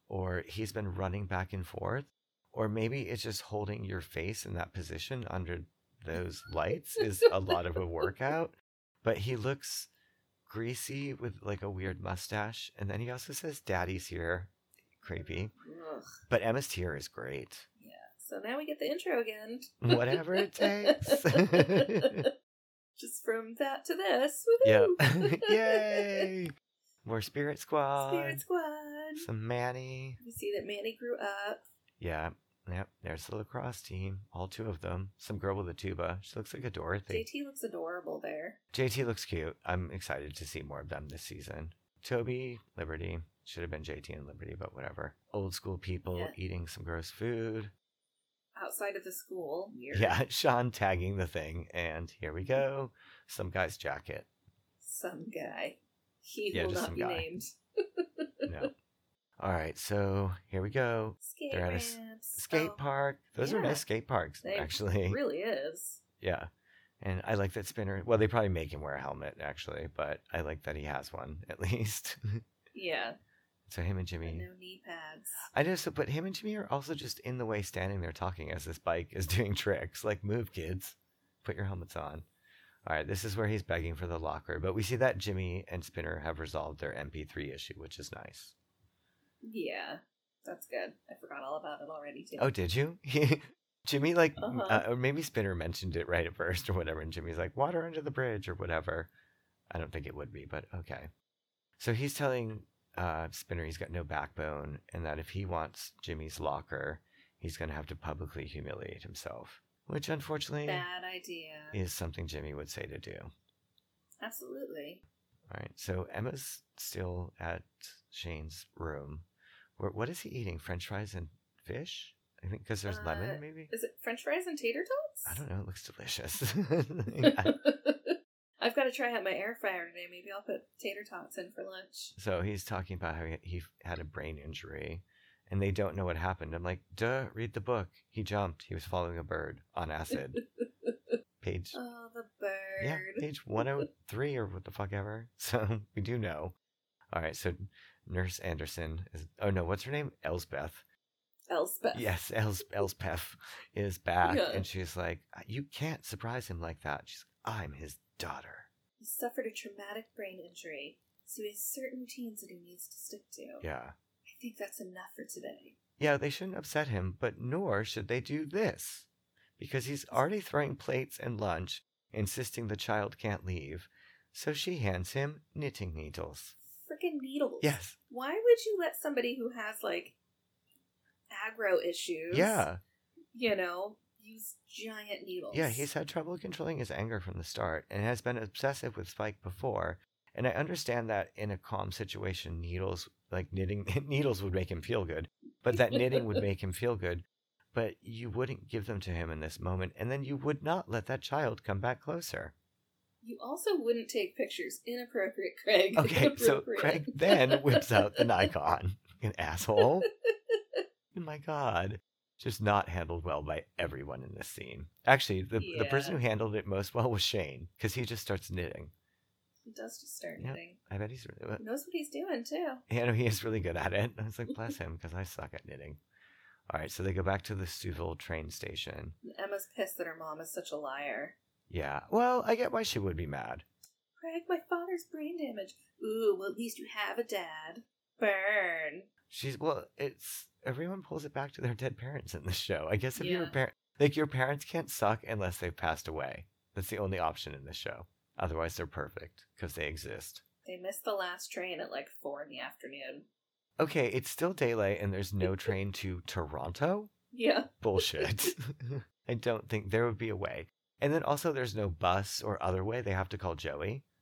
or he's been running back and forth, or maybe it's just holding your face in that position under those lights is a lot of a workout. But he looks greasy with like a weird mustache, and then he also says, "Daddy's here." Creepy. Ugh. But Emma's tear is great. So now we get the intro again. Whatever it takes. Just from that to this. yep. Woohoo! Yay! More Spirit Squad. Spirit Squad. Some Manny. We see that Manny grew up. Yeah. Yep. There's the lacrosse team. All two of them. Some girl with a tuba. She looks like a Dorothy. JT looks adorable there. JT looks cute. I'm excited to see more of them this season. Toby, Liberty. Should have been JT and Liberty, but whatever. Old school people Yeah. eating some gross food. Outside of the school. Weird. Yeah. Sean tagging the thing. And here we go. Some guy's jacket. Some guy. He Yeah, will just not some be guy. named. No. All right. So here we go. Skate They're at a ramp. s- events. skate Oh, park. Those are yeah. nice skate parks, They actually. Really is. Yeah. And I like that Spinner. Well, they probably make him wear a helmet, actually, but I like that he has one at least. Yeah. so him and But Jimmy. no knee pads. I just, but him and Jimmy are also just in the way, standing there talking as this bike is doing tricks. Like, move, kids. Put your helmets on. All right, this is where he's begging for the locker, but we see that Jimmy and Spinner have resolved their MP3 issue, which is nice. Yeah. That's good. I forgot all about it already too. Oh, did you? Jimmy, like, m- Uh-huh. uh, or maybe Spinner mentioned it right at first or whatever, and Jimmy's like, water under the bridge or whatever. I don't think it would be, but okay. So he's telling uh, Spinner he's got no backbone and that if he wants Jimmy's locker, he's going to have to publicly humiliate himself, which unfortunately Bad idea. is something Jimmy would say to do. All Absolutely. right, so Emma's still at Shane's room. Where, what is he eating? French fries and fish? I think because there's Uh, lemon, maybe? Is it French fries and tater I tots? don't know. It looks delicious. know. I've got to try out my air fryer today. Maybe I'll put tater tots in for lunch. so he's talking about how he- he had a brain injury and they don't know what happened. I'm like, duh, read the book. He jumped. He was following a bird on acid. Page. Oh, the bird. Yeah, page 103 or what the fuck ever. So we do know. All right, so Nurse Anderson is. Oh no, what's her name? Elsbeth. Elspeth. Yes, Els, Elspeth is back. Yeah. And she's like, You can't surprise him like that. She's like, I'm his daughter. He suffered a traumatic brain injury, so he has certain routines that he needs to stick to. Yeah. I think that's enough for today. Yeah, they shouldn't upset him, but nor should they do this. Because he's already throwing plates and lunch, insisting the child can't leave. So she hands him knitting needles. Freaking needles. Yes. Why would you let somebody who has like aggro issues? Yeah. You know, use giant needles. Yeah, he's had trouble controlling his anger from the start and has been obsessive with Spike before. And I understand that in a calm situation, needles, like knitting, needles would make him feel good, but that knitting would make him feel good. But you wouldn't give them to him in this moment, and then you would not let that child come back closer. You also wouldn't take pictures. Inappropriate, Craig. Okay, so Inappropriate. Craig then whips out the Nikon. An asshole. Oh my god. Just not handled well by everyone in this scene. Actually, the, the person Yeah. who handled it most well was Shane, because he just starts knitting. He does just start Yeah. knitting. I bet he's really, He knows what he's doing too. you know, he is really good at it. I was like, bless him, because I suck at knitting. All right, so they go back to the Steuvel train station. Emma's pissed that her mom is such a liar. Yeah, well, I get why she would be mad. Craig, my father's brain damage. Ooh, well, at least you have a dad. Burn. She's well, it's everyone pulls it back to their dead parents in this show. I guess if your Yeah. parent like your parents can't suck unless they've passed away. That's the only option in this show. Otherwise they're perfect because they exist. They missed the last train at like four in the afternoon. Okay, it's still daylight and there's no train to Toronto? Yeah. Bullshit. I don't think there would be a way. And then also there's no bus or other way. They have to call Joey.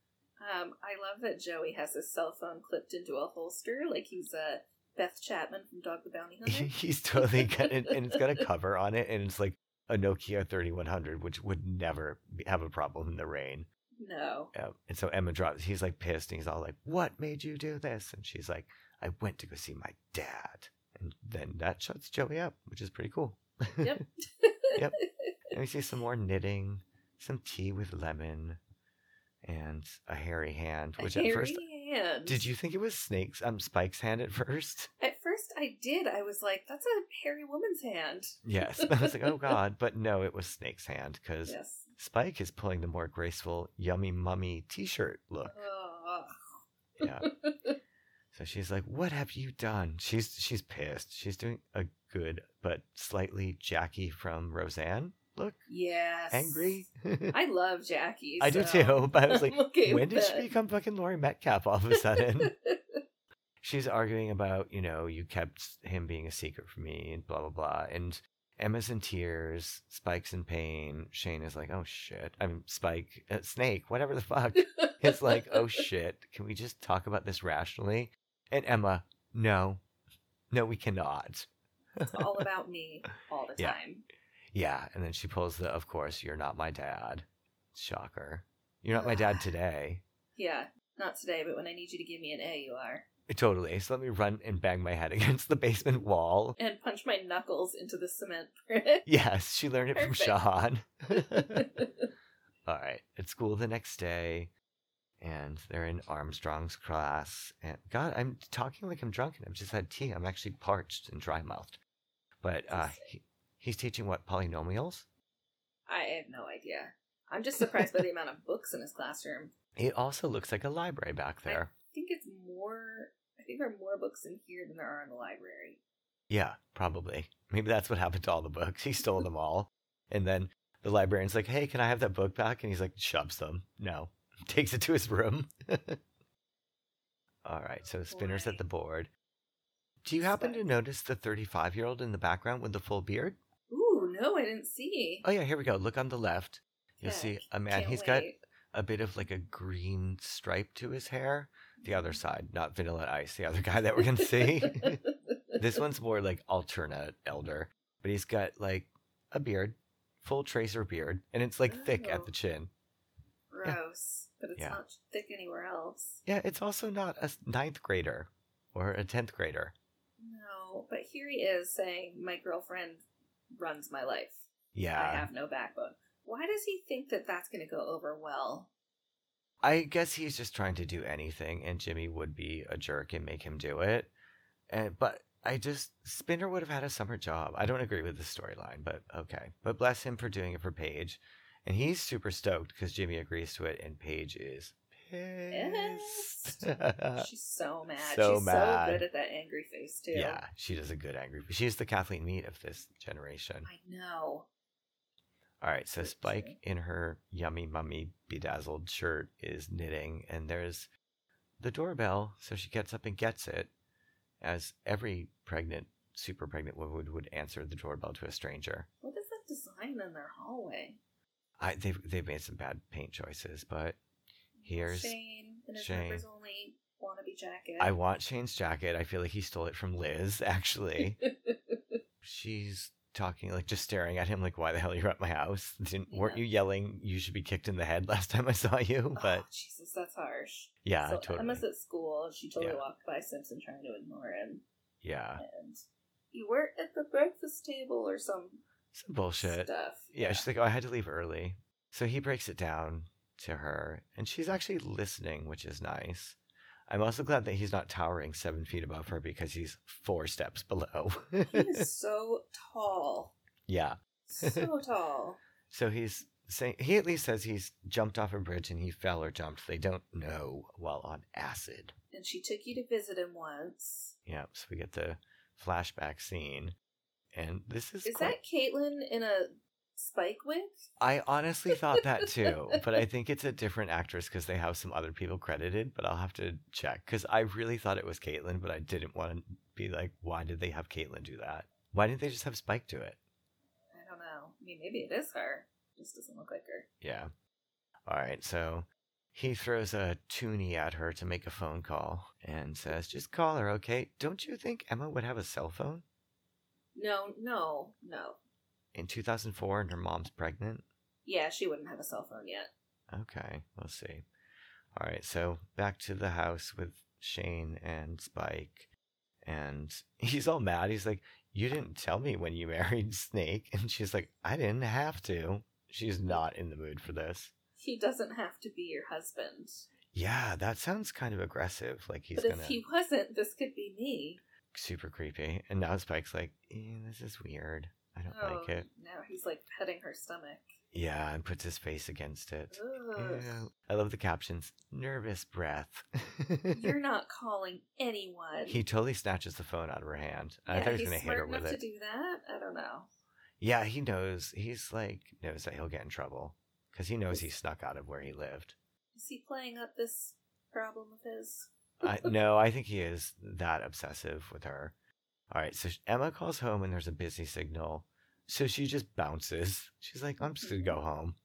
Um, I love that Joey has his cell phone clipped into a holster like he's uh, Beth Chapman from Dog the Bounty Hunter. He's totally got and and it's got a cover on it and it's like a Nokia 3100 which would never be- have a problem in the rain. no. Um, and so Emma drops. He's like pissed, and he's all like, "What made you do this?" And she's like, "I went to go see my dad." And then that shuts Joey up, which is pretty cool. Yep. Yep. And we see some more knitting, some tea with lemon, and a hairy hand. Which Hairy at first, hand. did you think it was Snake's um Spike's hand at first? At first, I did. I was like, "That's a hairy woman's hand." Yes. I was like, "Oh God!" But no, it was Snake's hand because Yes. Spike is pulling the more graceful "Yummy Mummy" T-shirt look. Ugh. Yeah. so she's like, "What have you done?" She's she's pissed. She's doing a good but slightly Jackie from Roseanne look, yes. angry. I love Jackie. I do so too, but I was I'm like, okay when with did she that. become fucking Laurie Metcalf all of a sudden? she's arguing about, you know, you kept him being a secret from me and blah blah blah. And Emma's in tears, Spike's in pain. Shane is like, "Oh shit." I'm Spike, uh, Snake, whatever the fuck. It's like, oh shit, can we just talk about this rationally? And Emma, no, no, we cannot. It's all about me all the Yeah. time. Yeah. And then she pulls the, of course, you're not my dad. Shocker. You're not my dad today. Yeah, not today, but when I need you to give me an A, you are. Totally. So let me run and bang my head against the basement wall. and punch my knuckles into the cement brick. Yes, she learned it Perfect. from Sean. All right, at school the next day, and they're in Armstrong's class. And God, I'm talking like I'm drunk, and I've just had tea. I'm actually parched and dry mouthed. But uh, he, he's teaching what polynomials. I have no idea. I'm just surprised by the amount of books in his classroom. It also looks like a library back I- there. I think it's more. I think there are more books in here than there are in the library. Yeah, probably. Maybe that's what happened to all the books. He stole them all, and then the librarian's like, "Hey, can I have that book back?" And he's like, shoves them. No, takes it to his room. all right. So Spinner's at Boy. the board. Do you happen So- to notice the 35 year old in the background with the full beard? Ooh, no, I didn't see. Oh, yeah, here we go. Look on the left. You'll Heck, see a man. can't He's got wait. a bit of like a green stripe to his hair. The other Mm-hmm. side, not Vanilla Ice, the other guy that we're going to see. this one's more like alternate elder, but he's got like a beard, full tracer beard, and it's like thick at Oh. the chin. Gross, but it's Yeah. not thick anywhere else. Yeah, it's also not a s- ninth grader or a tenth grader. No, but here he is saying, "My girlfriend runs my life. I Yeah, have no backbone." Why does he think that that's going to go over well? I, guess he's just trying to do anything, and Jimmy would be a jerk and make him do it. And but I just Spinner would have had a summer job. I don't agree with the storyline, but okay. But bless him for doing it for Paige, and he's super stoked because Jimmy agrees to it, and Paige is pissed. She's so mad. Uh, So She's mad. so good at that angry face too. Yeah, she does a good angry. She's the Kathleen Mead of this generation. I know. All right, so Good Spike too. in her yummy mummy bedazzled shirt is knitting, and there's the doorbell, so she gets up and gets it, as every pregnant, super pregnant woman would, would answer the doorbell to a stranger. What is that design in their hallway? I they've they've made some bad paint choices, but here's Shane and his Shane. members only wannabe jacket. I want Shane's jacket. I feel like he stole it from Liz, actually. Oh, She's talking like just staring at him like why the hell you're at my house didn't weren't Yeah. you yelling you should be kicked in the head last time i saw you Oh, but Jesus, that's harsh. yeah so totally Emma's at school. She totally Yeah. walked by Simpson trying to ignore him. yeah And you weren't at the breakfast table or some some bullshit stuff. yeah she's like oh i had to leave early so he breaks it down to her and she's actually listening which is nice i'm also glad that he's not towering seven feet above her because he's four steps below he is so tall. yeah So tall. So he's saying he at least says he's jumped off a bridge and he fell or jumped. They don't know while on acid. And she took you to visit him once. Yep. So we get the flashback scene, and this is. Is quite- that Caitlin in a spike wig? I honestly thought that too, but I think it's a different actress because they have some other people credited. But I'll have to check because I really thought it was Caitlyn, but I didn't want to be like, why did they have Caitlyn do that? Why didn't they just have Spike do it? I don't know. I mean, maybe it is her. Just doesn't look like her. Yeah. All right. So he throws a toonie at her to make a phone call and says, just call her, okay? Don't you think Emma would have a cell phone No, no, no. in 2004 and her mom's pregnant? Yeah, she wouldn't have a cell phone yet. Okay. We'll see. All right. So back to the house with Shane and Spike. And he's all mad. He's like, You didn't tell me when you married Snake. And she's like, I didn't have to. She's not in the mood for this. He doesn't have to be your husband. Yeah, that sounds kind of aggressive. Like he's but gonna. if he wasn't, this could be me. super creepy. And now Spike's like, eh, this is weird. I don't Oh. like it. now he's like petting her stomach. Yeah, and puts his face against it. Ugh. Ew. I love the captions. Nervous breath. You're not calling anyone. he totally snatches the phone out of her hand. I Yeah, thought he was he's going to hit her smart with enough it. to do that. I don't know. yeah, he knows. He's like, knows that he'll get in trouble because he knows he He's- snuck out of where he lived. Is he playing up this problem of his? I, no, I think he is that obsessive with her. All right, so Emma calls home and there's a busy signal. So she just bounces. She's like, I'm just going to go home.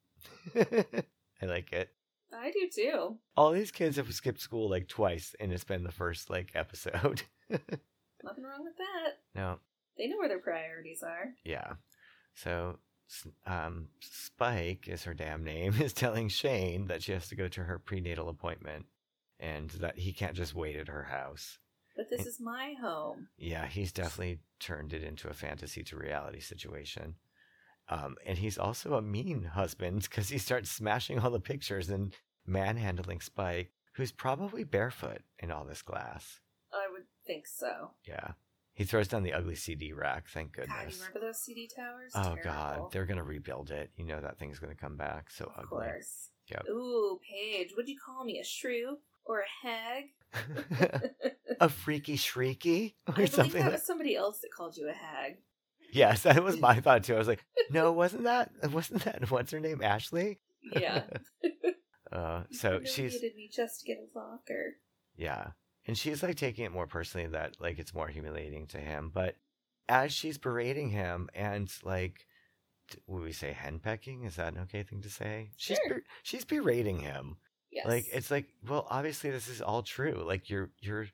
Mm-hmm. I like it. I do too. All these kids have skipped school like twice and it's been the first like episode. Nothing wrong with that. no, They know where their priorities are. yeah. So s- um, Spike is her damn name, is telling Shane that she has to go to her prenatal appointment and that he can't just wait at her house. But this is my home. Yeah, he's definitely turned it into a fantasy to reality situation. Um, and he's also a mean husband because he starts smashing all the pictures and manhandling Spike, who's probably barefoot in all this glass. I would think so. Yeah. He throws down the ugly CD rack, thank God, you goodness. remember those CD towers? Oh, Terrible. God. They're going to rebuild it. You know that thing's going to come back. So Of ugly. course. Yep. Ooh, Paige, what'd you call me? A shrew or a hag? a freaky shrieky I or believe something that like was somebody else that called you a hag. Yes, that was my thought too. I was like, no, wasn't that uh, wasn't that what's her name? Ashley? Yeah. Uh You so she's humiliated me just to get a locker. Yeah. And she's like taking it more personally that like it's more humiliating to him. But as she's berating him and like, t- would we say henpecking? Is that an okay thing to say? She's Sure. ber- she's berating him. Yes. Like it's like, well, obviously this is all true. Like you're you're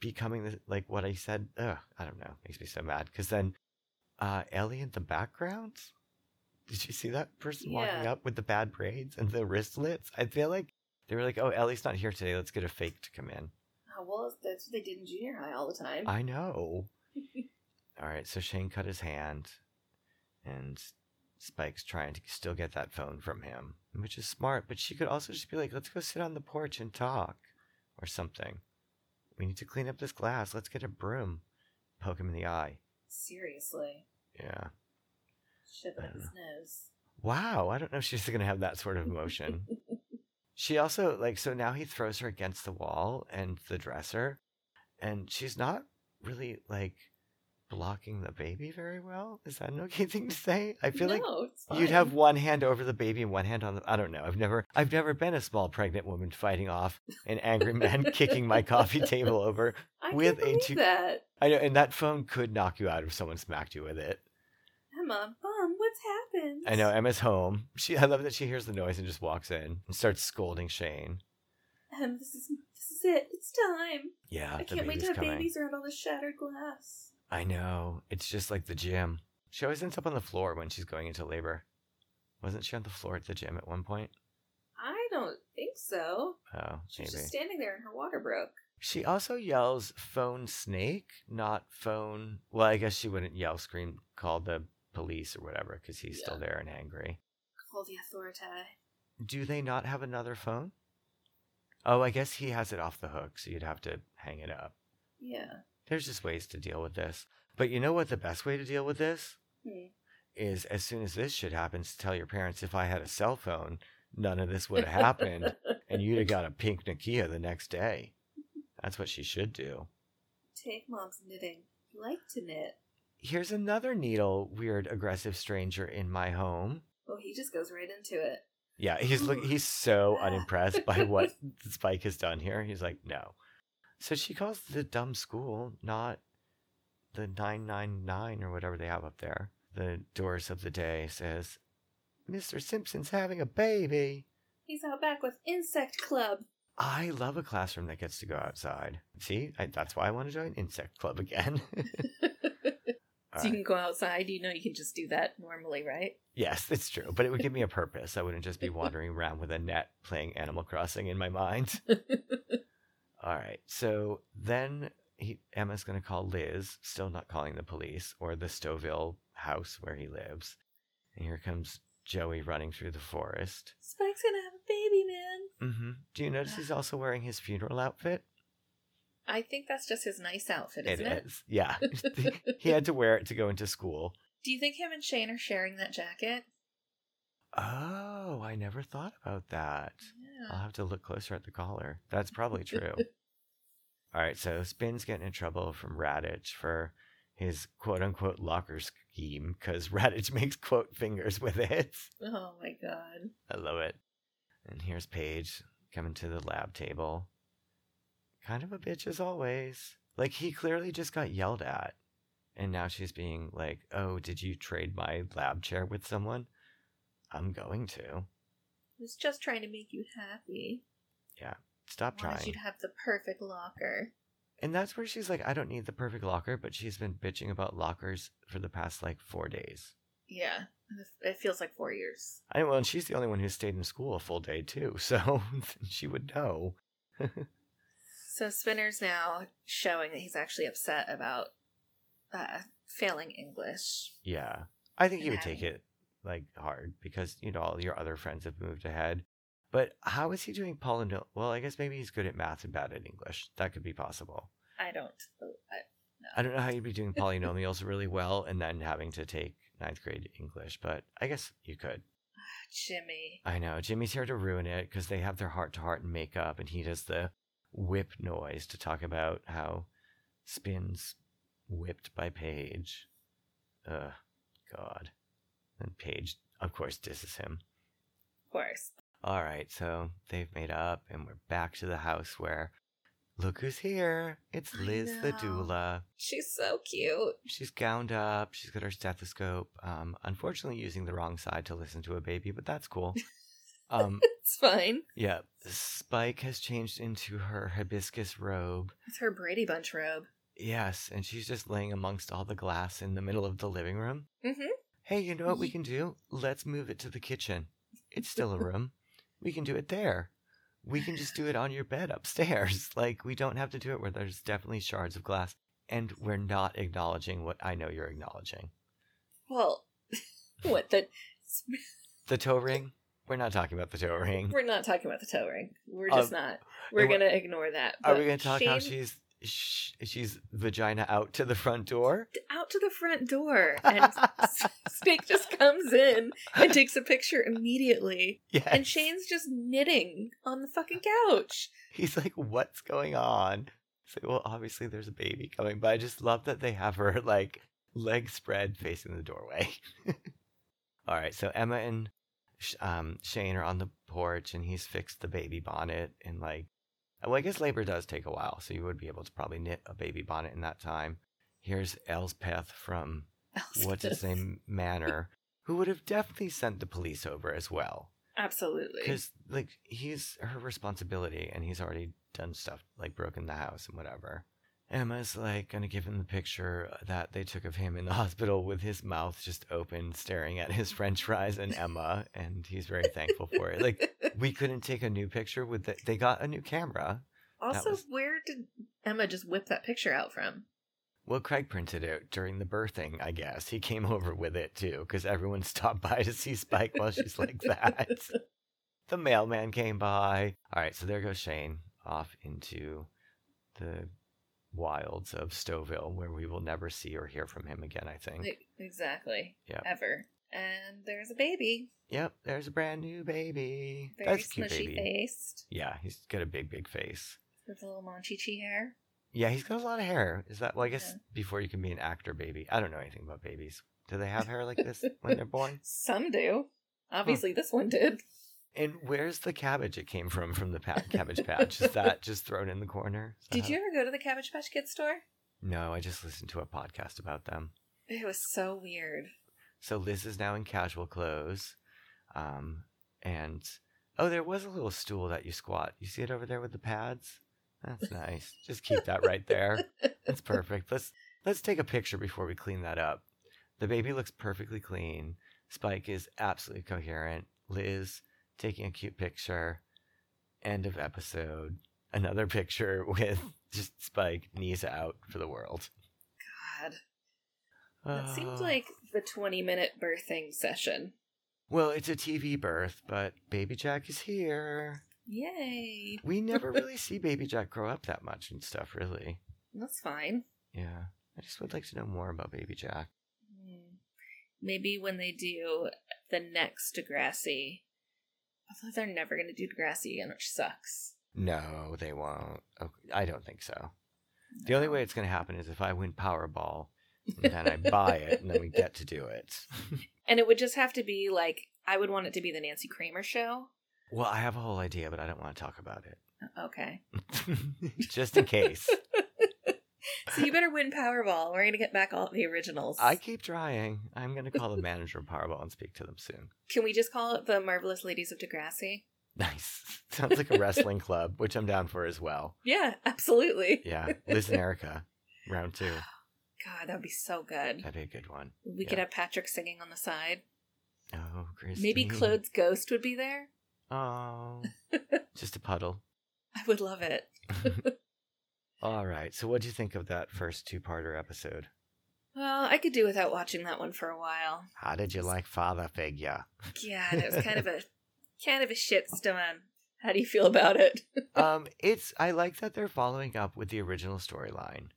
becoming the, like what I said. Ugh, I don't know. Makes me so mad. Because then, uh, Ellie in the background. Did you see that person walking Yeah. up with the bad braids and the wristlets? I feel like they were like, oh, Ellie's not here today. Let's get a fake to come in. oh, well, that's what they did in junior high all the time. I know. All right, so Shane cut his hand, and Spike's trying to still get that phone from him, which is smart. But she could also just be like, "Let's go sit on the porch and talk," or something. We need to clean up this glass. Let's get a broom. Poke him in the eye. Seriously. Yeah. Shove it up his nose. Wow. I don't know if she's gonna have that sort of emotion. She also like so now he throws her against the wall and the dresser, and she's not really like blocking the baby very well. Is that an okay thing to say? I feel like No, it's you'd fine. have one hand over the baby and one hand on the. I don't know. I've never I've never been a small pregnant woman fighting off an angry man kicking my coffee table over. I with can't a believe two- that. I know, and that phone could knock you out if someone smacked you with it. Emma, Mom, what's happened? I know Emma's home. She I love that she hears the noise and just walks in and starts scolding Shane. Em, this is this is it. It's time. Yeah, I the can't wait to baby's have coming. babies around all the shattered glass. I know. It's just like the gym. She always ends up on the floor when she's going into labor. Wasn't she on the floor at the gym at one point? I don't think so. Oh, She maybe. was just standing there and her water broke. She also yells phone snake, not phone. Well, I guess she wouldn't yell, scream, call the police or whatever because he's still Yeah. there and angry. Call the authority. Do they not have another phone? Oh, I guess he has it off the hook, so you'd have to hang it up. Yeah. There's just ways to deal with this. But you know what the best way to deal with this? Hmm. is as soon as this shit happens, tell your parents if I had a cell phone, none of this would have happened, and you'd have got a pink Nokia the next day. That's what she should do. Take mom's knitting. You like to knit. Here's another needle, weird, aggressive stranger in my home. Oh, he just goes right into it. Yeah, he's look. He's so unimpressed by what Spike has done here. He's like, no. So she calls the dumb school, not the nine nine nine or whatever they have up there. The doors of the day says, "Mr. Simpson's having a baby." He's out back with Insect Club. I love a classroom that gets to go outside. See, I, that's why I want to join Insect Club again. All So you right. can go outside. You know you can just do that normally, right? Yes, it's true, but it would give me a purpose. I wouldn't just be wandering around with a net playing Animal Crossing in my mind. All right, so then he, Emma's going to call Liz, still not calling the police, or the Stouffville house where he lives. And here comes Joey running through the forest. Spike's gonna have a baby, man. hmm Do you notice he's also wearing his funeral outfit? I think that's just his nice outfit, It isn't it? is. Yeah. he had to wear it to go into school. Do you think him and Shane are sharing that jacket? Oh, I never thought about that. I'll Yeah. have to look closer at the collar. That's probably true. All right, so Spin's getting in trouble from Radich for his quote unquote locker scheme because Radich makes quote fingers with it. Oh my god. I love it. And here's Paige coming to the lab table. Kind of a bitch as always. Like, he clearly just got yelled at. And now she's being like, oh, did you trade my lab chair with someone? I'm going to. I was just trying to make you happy. Stop I wanted trying. you to have the perfect locker. And that's where she's like, I don't need the perfect locker, but she's been bitching about lockers for the past like four days. Yeah. It feels like four years. I well, and she's the only one who stayed in school a full day too, so she would know. So Spinner's now showing that he's actually upset about uh, failing English. Yeah. I think he would take Having- it like hard because, you know, all your other friends have moved ahead. But how is he doing polynomial? Well, I guess maybe he's good at math and bad at English. That could be possible. I don't. uh, I, I don't know how you'd be doing polynomials really well and then having to take ninth grade English, but I guess you could. Jimmy. I know. Jimmy's here to ruin it because they have their heart to heart and makeup, and he does the whip noise to talk about how Spin's whipped by Paige. Ugh, God. And Paige, of course, disses him. Of course. All right, so they've made up, and we're back to the house where look who's here. It's I Liz the know. doula. She's so cute. She's gowned up. She's got her stethoscope. Um, unfortunately, using the wrong side to listen to a baby, but that's cool. Um, It's fine. Yeah, Spike has changed into her hibiscus robe. It's her Brady Bunch robe. Yes, and she's just laying amongst all the glass in the middle of the living room. Mm-hmm. Hey, you know what we can do? Let's move it to the kitchen. It's still a room. We can do it there. We can just do it on your bed upstairs. Like, we don't have to do it where there's definitely shards of glass. And we're not acknowledging what I know you're acknowledging. Well, what the? The toe ring? We're not talking about the toe ring. We're not talking about the toe ring. We're just Um, not. We're and we're- gonna ignore that. Are But we going to talk how Shane- she's sh- she's vagina out to the front door? out to the front door and Spike just comes in and takes a picture immediately. Yes. And Shane's just knitting on the fucking couch. He's like, what's going on? It's like, well, obviously there's a baby coming, but I just love that they have her like legs spread facing the doorway. All right, so Emma and Sh- um, Shane are on the porch, and he's fixed the baby bonnet, and like, well, I guess labor does take a while, so you would be able to probably knit a baby bonnet in that time. Here's Elspeth from what's its name Manor, who would have definitely sent the police over as well Absolutely. because like he's her responsibility and he's already done stuff like broken the house and whatever emma's like gonna give him the picture uh, that they took of him in the hospital with his mouth just open staring at his french fries and emma and he's very thankful for it like we couldn't take a new picture with the, they got a new camera also, was- where did Emma just whip that picture out from? well craig printed it during the birthing i guess he came over with it too because everyone stopped by to see spike while she's like that the mailman came by. All right, so there goes Shane off into the wilds of Stouffville, where we will never see or hear from him again. I think. E- Exactly. Mm. Yeah. Ever. And there's a baby. Yep, there's a brand new baby. Very That's a cute smushy baby. faced. Yeah, he's got a big, big face. With a little Monchichi hair. Yeah, he's got a lot of hair. Is that well? I guess Yeah. before you can be an actor, baby. I don't know anything about babies. Do they have hair like this when they're born? Some do. Obviously, this one did. And where's the cabbage it came from? From the pa- cabbage patch? Is that just thrown in the corner? Is that Did how- you ever go to the Cabbage Patch Kid store? No, I just listened to a podcast about them. It was so weird. So Liz is now in casual clothes. Um, and oh, there was a little stool that you squat. You see it over there with the pads? That's nice. Just keep that right there. That's perfect. Let's let's take a picture before we clean that up. The baby looks perfectly clean. Spike is absolutely coherent. Liz taking a cute picture. End of episode. Another picture with just Spike knees out for the world. God. That seemed Oh. like the 20 minute birthing session. Well, it's a TV birth, but Baby Jack is here. Yay. We never really see Baby Jack grow up that much and stuff, really. That's fine. Yeah. I just would like to know more about Baby Jack. Hmm. Maybe when they do the next Degrassi. Although they're never going to do Degrassi again, which sucks. No, they won't. Oh, I don't think so. The only way it's going to happen is if I win Powerball and then I buy it and then we get to do it. And it would just have to be like, I would want it to be the Nancy Kramer show. well, I have a whole idea, but I don't want to talk about Okay. it. just in case. So you better win Powerball. We're going to get back all the originals. I keep trying. I'm going to call the manager of Powerball and speak to them soon. Can we just call it the Marvelous Ladies of Degrassi? Nice. Sounds like a wrestling club, which I'm down for as well. Yeah, absolutely. Yeah, Liz and Erica, round two. God, that would be so good. That'd be a good one. We could Yeah. have Patrick singing on the side. Oh, Christine. Maybe Claude's ghost would be there. Oh, just a puddle. I would love it. All right. So, what do you think of that first two-parter episode? Well, I could do without watching that one for a while. How did you like Father Figure? God, it was kind of a kind of a shitstorm. How do you feel about it? um, it's I like that they're following up with the original storyline,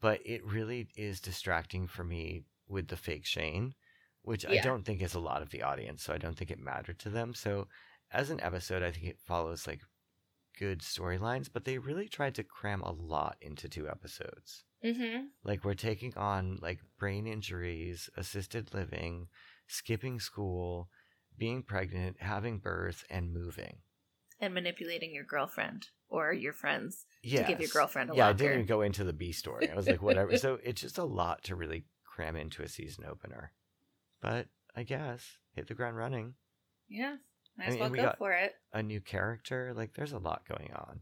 but it really is distracting for me with the fake Shane, which I Yeah. don't think is a lot of the audience, so I don't think it mattered to them. So as an episode, I think it follows like good storylines, but they really tried to cram a lot into two episodes. Mm-hmm. Like we're taking on like brain injuries, assisted living, skipping school, being pregnant, having birth, and moving. And manipulating your girlfriend or your friends Yeah, to give your girlfriend a yeah, I locker. didn't even go into the B story. I was like, whatever. so it's just a lot to really cram into a season opener. But I guess hit the ground running. Yeah, might I as mean, well we go got- for it. A new character, like there's a lot going on.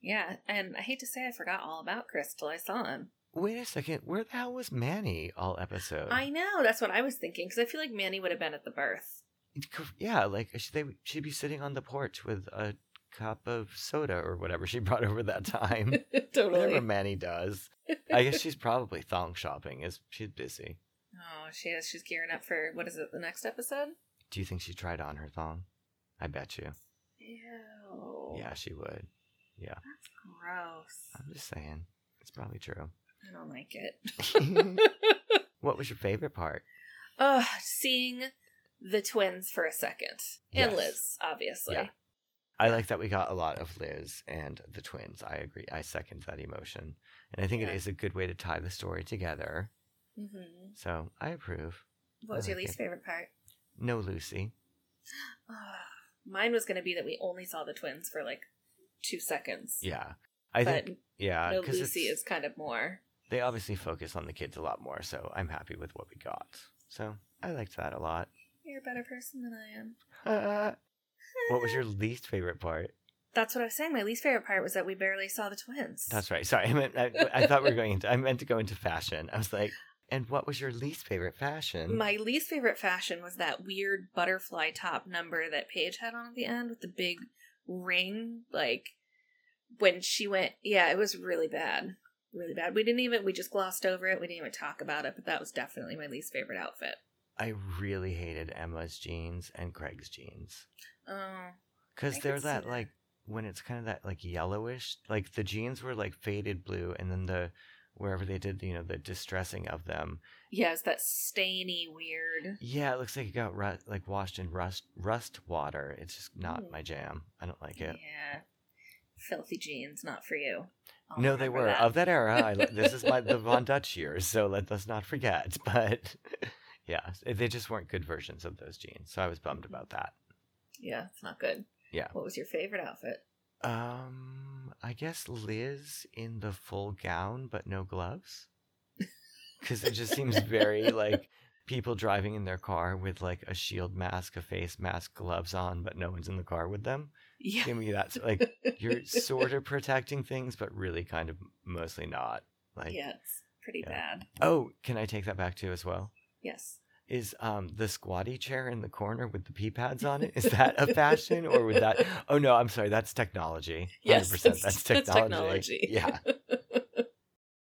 Yeah, and I hate to say I forgot all about Chris till I saw him. Wait a second, where the hell was Manny all episode? I know that's what I was thinking because I feel like Manny would have been at the birth. yeah, like she, they she'd be sitting on the porch with a cup of soda or whatever she brought over that time. Whatever totally. Manny does, I guess she's probably thong shopping. Is she's busy? Oh, she is. She's gearing up for what is it? The next episode? Do you think she tried on her thong? I bet you. Ew. Yeah, she would. Yeah. That's gross. I'm just saying. It's probably true. I don't like it. what was your favorite part? Ugh, seeing the twins for a second. And Yes. Liz, obviously. Yeah. I like that we got a lot of Liz and the twins. I agree. I second that emotion. And I think Yeah. it is a good way to tie the story together. hmm So I approve. What was your Okay. least favorite part? No Lucy. Ugh. Mine was going to be that we only saw the twins for like two seconds. Yeah. I but think, uh, yeah, no because Lucy is kind of more. they obviously focus on the kids a lot more. So I'm happy with what we got. So I liked that a lot. You're a better person than I am. what was your least favorite part? That's what I was saying. My least favorite part was that we barely saw the twins. That's right. Sorry, I meant I, I thought we were going into. I meant to go into fashion. I was like, and what was your least favorite fashion? My least favorite fashion was that weird butterfly top number that Paige had on at the end with the big ring. Like when she went, yeah, it was really bad. Really bad. We didn't even, we just glossed over it. We didn't even talk about it, but that was definitely my least favorite outfit. I really hated Emma's jeans and Craig's jeans Oh, I because could they're see that, that. like when it's kind of that like yellowish. Like the jeans were like faded blue, and then the wherever they did you know the distressing of them, yeah, it's that stainy, weird. yeah, it looks like it got ru- like washed in rust rust water. It's just not Ooh. my jam. I don't like Yeah. it. Filthy jeans, not for you. I'll no, they remember were that. of that era. I, li- this is my the Von Dutch years, so let us not forget. But yeah, they just weren't good versions of those jeans, so I was bummed Mm-hmm. about that. Yeah, it's not good. Yeah. What was your favorite outfit? Um, I guess Liz in the full gown but no gloves, because it just seems very like people driving in their car with like a shield mask, a face mask, gloves on, but no one's in the car with them. Yeah. Give me that. Like you're sort of protecting things, but really kind of mostly not. Like yeah, it's pretty Yeah. bad. Oh, can I take that back too as well? Yes. Is um the squatty chair in the corner with the pee pads on it? Is that a fashion or would that? Oh no, I'm sorry, that's technology. 100%, that's technology. Yeah,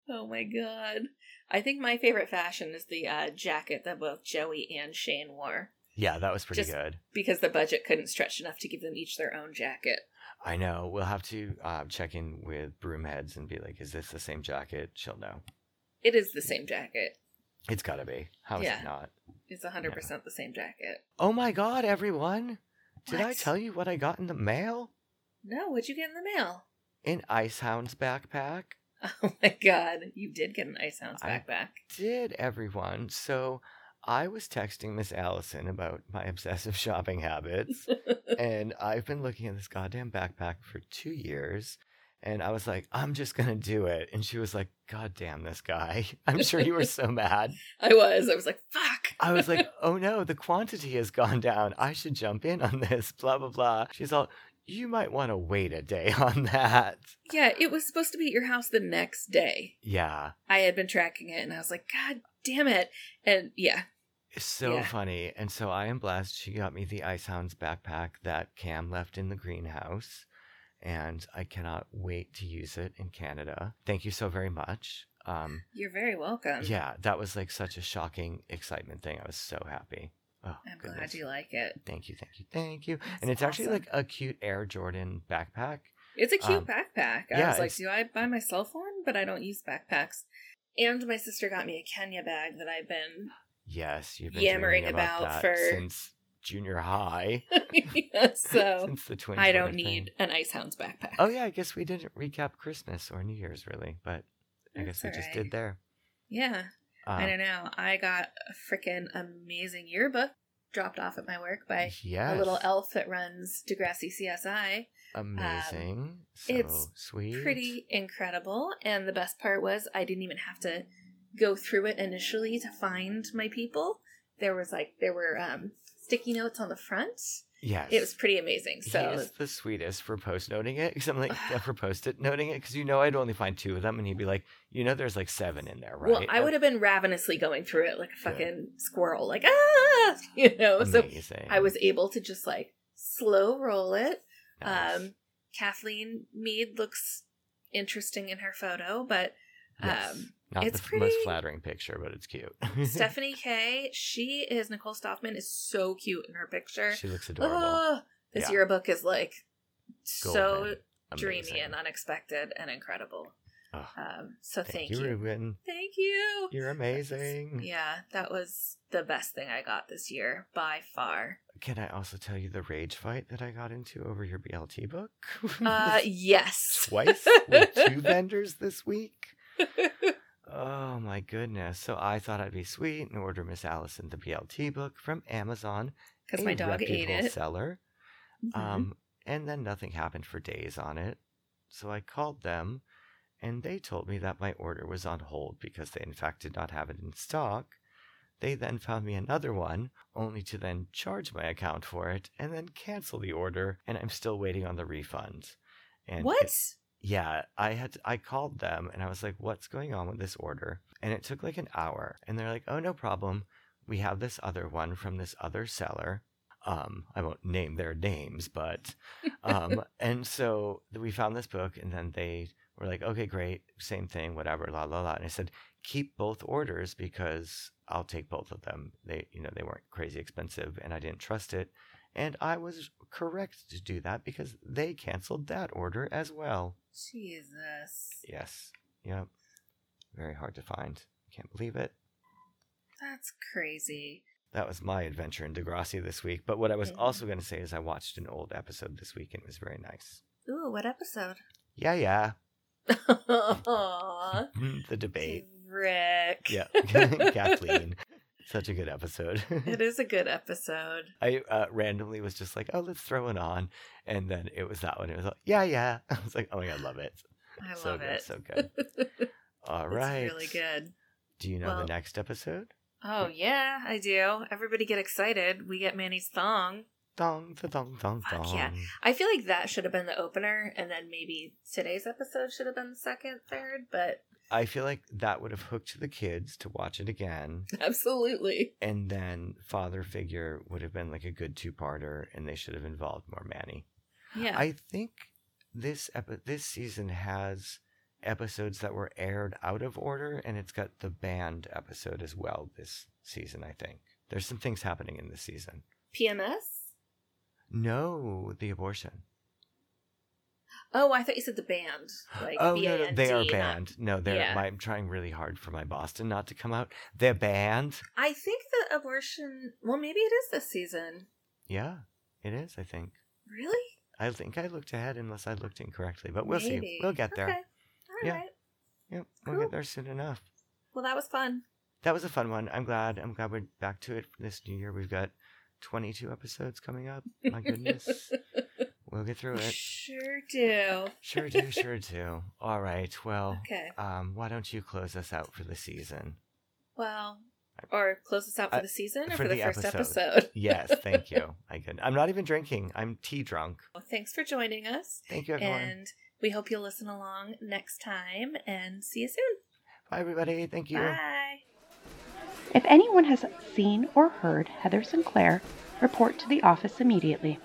oh my god. I think my favorite fashion is the uh, jacket that both Joey and Shane wore yeah, that was pretty Just- good. because the budget couldn't stretch enough to give them each their own jacket. I know. We'll have to uh, check in with Broomheads and be like, "Is this the same jacket?" She'll know. It is the same jacket. It's gotta be. How is Yeah. it not? It's 100% the same jacket. Oh my God, everyone! Did I What? tell you what I got in the mail? No, what'd you get in the mail? An Icehound's backpack. Oh my god. You did get an Ice Hounds I- backpack. did, everyone. So I was texting Miss Allison about my obsessive shopping habits, and I've been looking at this goddamn backpack for two years. And I was like, I'm just gonna do it. And she was like, God damn this guy. I'm sure you were so mad. I was. I was like, fuck. I was like, oh no, the quantity has gone down. I should jump in on this, blah, blah, blah. She's all, you might wanna wait a day on that. yeah, it was supposed to be at your house the next day. Yeah. I had been tracking it and I was like, God damn it. And yeah, It's so Yeah. funny. And so I am blessed. She got me the Ice Hounds backpack that Cam left in the greenhouse. and I cannot wait to use it in Canada. Thank you so very much. Um, You're very welcome. yeah, that was like such a shocking excitement thing. I was so happy. Oh, I'm goodness. glad you like it. Thank you, thank you, thank you. That's and it's actually awesome. like a cute Air Jordan backpack. It's a cute um, backpack. I yeah, was like, it's- do I buy myself one? But I don't use backpacks. And my sister got me a Kenya bag that I've been Yes, you've been Yammering dreaming about, that about for- since junior high. so since the twins. I don't need an Ice Hounds backpack. Oh yeah, I guess we didn't recap Christmas or New Year's really, but I That's guess we just did alright. there. Yeah, I Um, don't know. I got a freaking amazing yearbook dropped off at my work by Yes, a little elf that runs Degrassi CSI. Amazing. so it's sweet. Pretty incredible. And the best part was I didn't even have to go through it initially to find my people. There was like there were um, sticky notes on the front. Yes. It was pretty amazing. So he is the sweetest for post noting it because I'm like yeah, for post it noting it because you know I'd only find two of them and he'd be like, you know, there's like seven in there, right? Oh. Well, I That's would have been ravenously going through it like a fucking squirrel, like ah, you know. So amazing. I was able to just like slow roll it. Nice. Um, Kathleen Mead looks interesting in her photo, but Yes. um, not it's the f- most pretty- flattering picture, but it's cute. Stephanie K, she is Nicole Stoffman is so cute in her picture. she looks adorable. Oh, this Yeah. yearbook is like so Golden. dreamy Amazing. and unexpected and incredible. Oh, Um, so thank, you, Mm. you. Ruben. Thank you. You're amazing. Yeah, that was the best thing I got this year by far. Can I also tell you the rage fight that I got into over your BLT book? Uh, yes. Twice with two vendors this week. Oh my goodness. So I thought I'd be sweet and order Miss Allison the BLT book from Amazon. Because a my dog ate reputable it. Seller. Mhm. Um, and then nothing happened for days on it. So I called them and they told me that my order was on hold because they, in fact, did not have it in stock. They then found me another one, only to then charge my account for it and then cancel the order. And I'm still waiting on the refund. And Mm-hmm. what? yeah, I had to, I called them and I was like, "What's going on with this order?" And it took like an hour, and they're like, "Oh, no problem. We have this other one from this other seller. Um, I won't name their names, but um, and so th- we found this book, and then they were like, "Okay, great, same thing, whatever, la la la." And I said, "Keep both orders because I'll take both of them. They, you know, they weren't crazy expensive, and I didn't trust it." And I was correct to do that because they canceled that order as well. Jesus, Yes. Yep. Very hard to find. Can't believe it. that's crazy. That was my adventure in Degrassi this week. But what I was Mhm. also going to say is I watched an old episode this week and it was very nice. Ooh, what episode? Yeah, yeah. Aw, the debate. Rick. Yeah. Kathleen. Such a good episode. It is a good episode. I uh, randomly was just like, oh, let's throw it on. And then it was that one. It was like, yeah, yeah. I was like, oh my God, love it. I so love good, it. So good. All It's right. really good. Do you know the Well- next episode? Oh yeah, I do. Everybody get excited. We get Manny's thong. Dong, the dong, dong, Fuck dong. yeah. I feel like that should have been the opener, and then maybe today's episode should have been the second, third. But I feel like that would have hooked the kids to watch it again. absolutely, And then Father Figure would have been like a good two parter, and they should have involved more Manny. yeah. I think this epi- this season has episodes that were aired out of order, and it's got the band episode as well this season, I think. There's some things happening in this season. PMS. No, the abortion. Oh, I thought you said the band. Like oh, no, no, they are B A N D, E, banned. No, they're. Yeah. my- I'm trying really hard for my Boston not to come out. They're banned. not- I think the abortion. Well, maybe it is this season. Yeah, it is, I think. Really? I think I looked ahead unless I looked incorrectly, but we'll see. Maybe. We'll get there. Okay. All Yeah. right. Yep, we'll Cool. get there soon enough. Well, that was fun. That was a fun one. I'm glad. I'm glad we're back to it this new year. We've got 22 episodes coming up. My goodness. we'll get through it. Sure do. Sure do, sure do. All right. Well, Okay. um, why don't you close us out for the season? Well, or close this out for Uh, the season or for for, the, the first episode. episode. Yes, thank you. I could. I'm not even drinking. I'm tea drunk. Well, thanks for joining us. Thank you, everyone. And we hope you'll listen along next time and see you soon. Bye, everybody. Thank you. Bye. If anyone has seen or heard Heather Sinclair, report to the office immediately.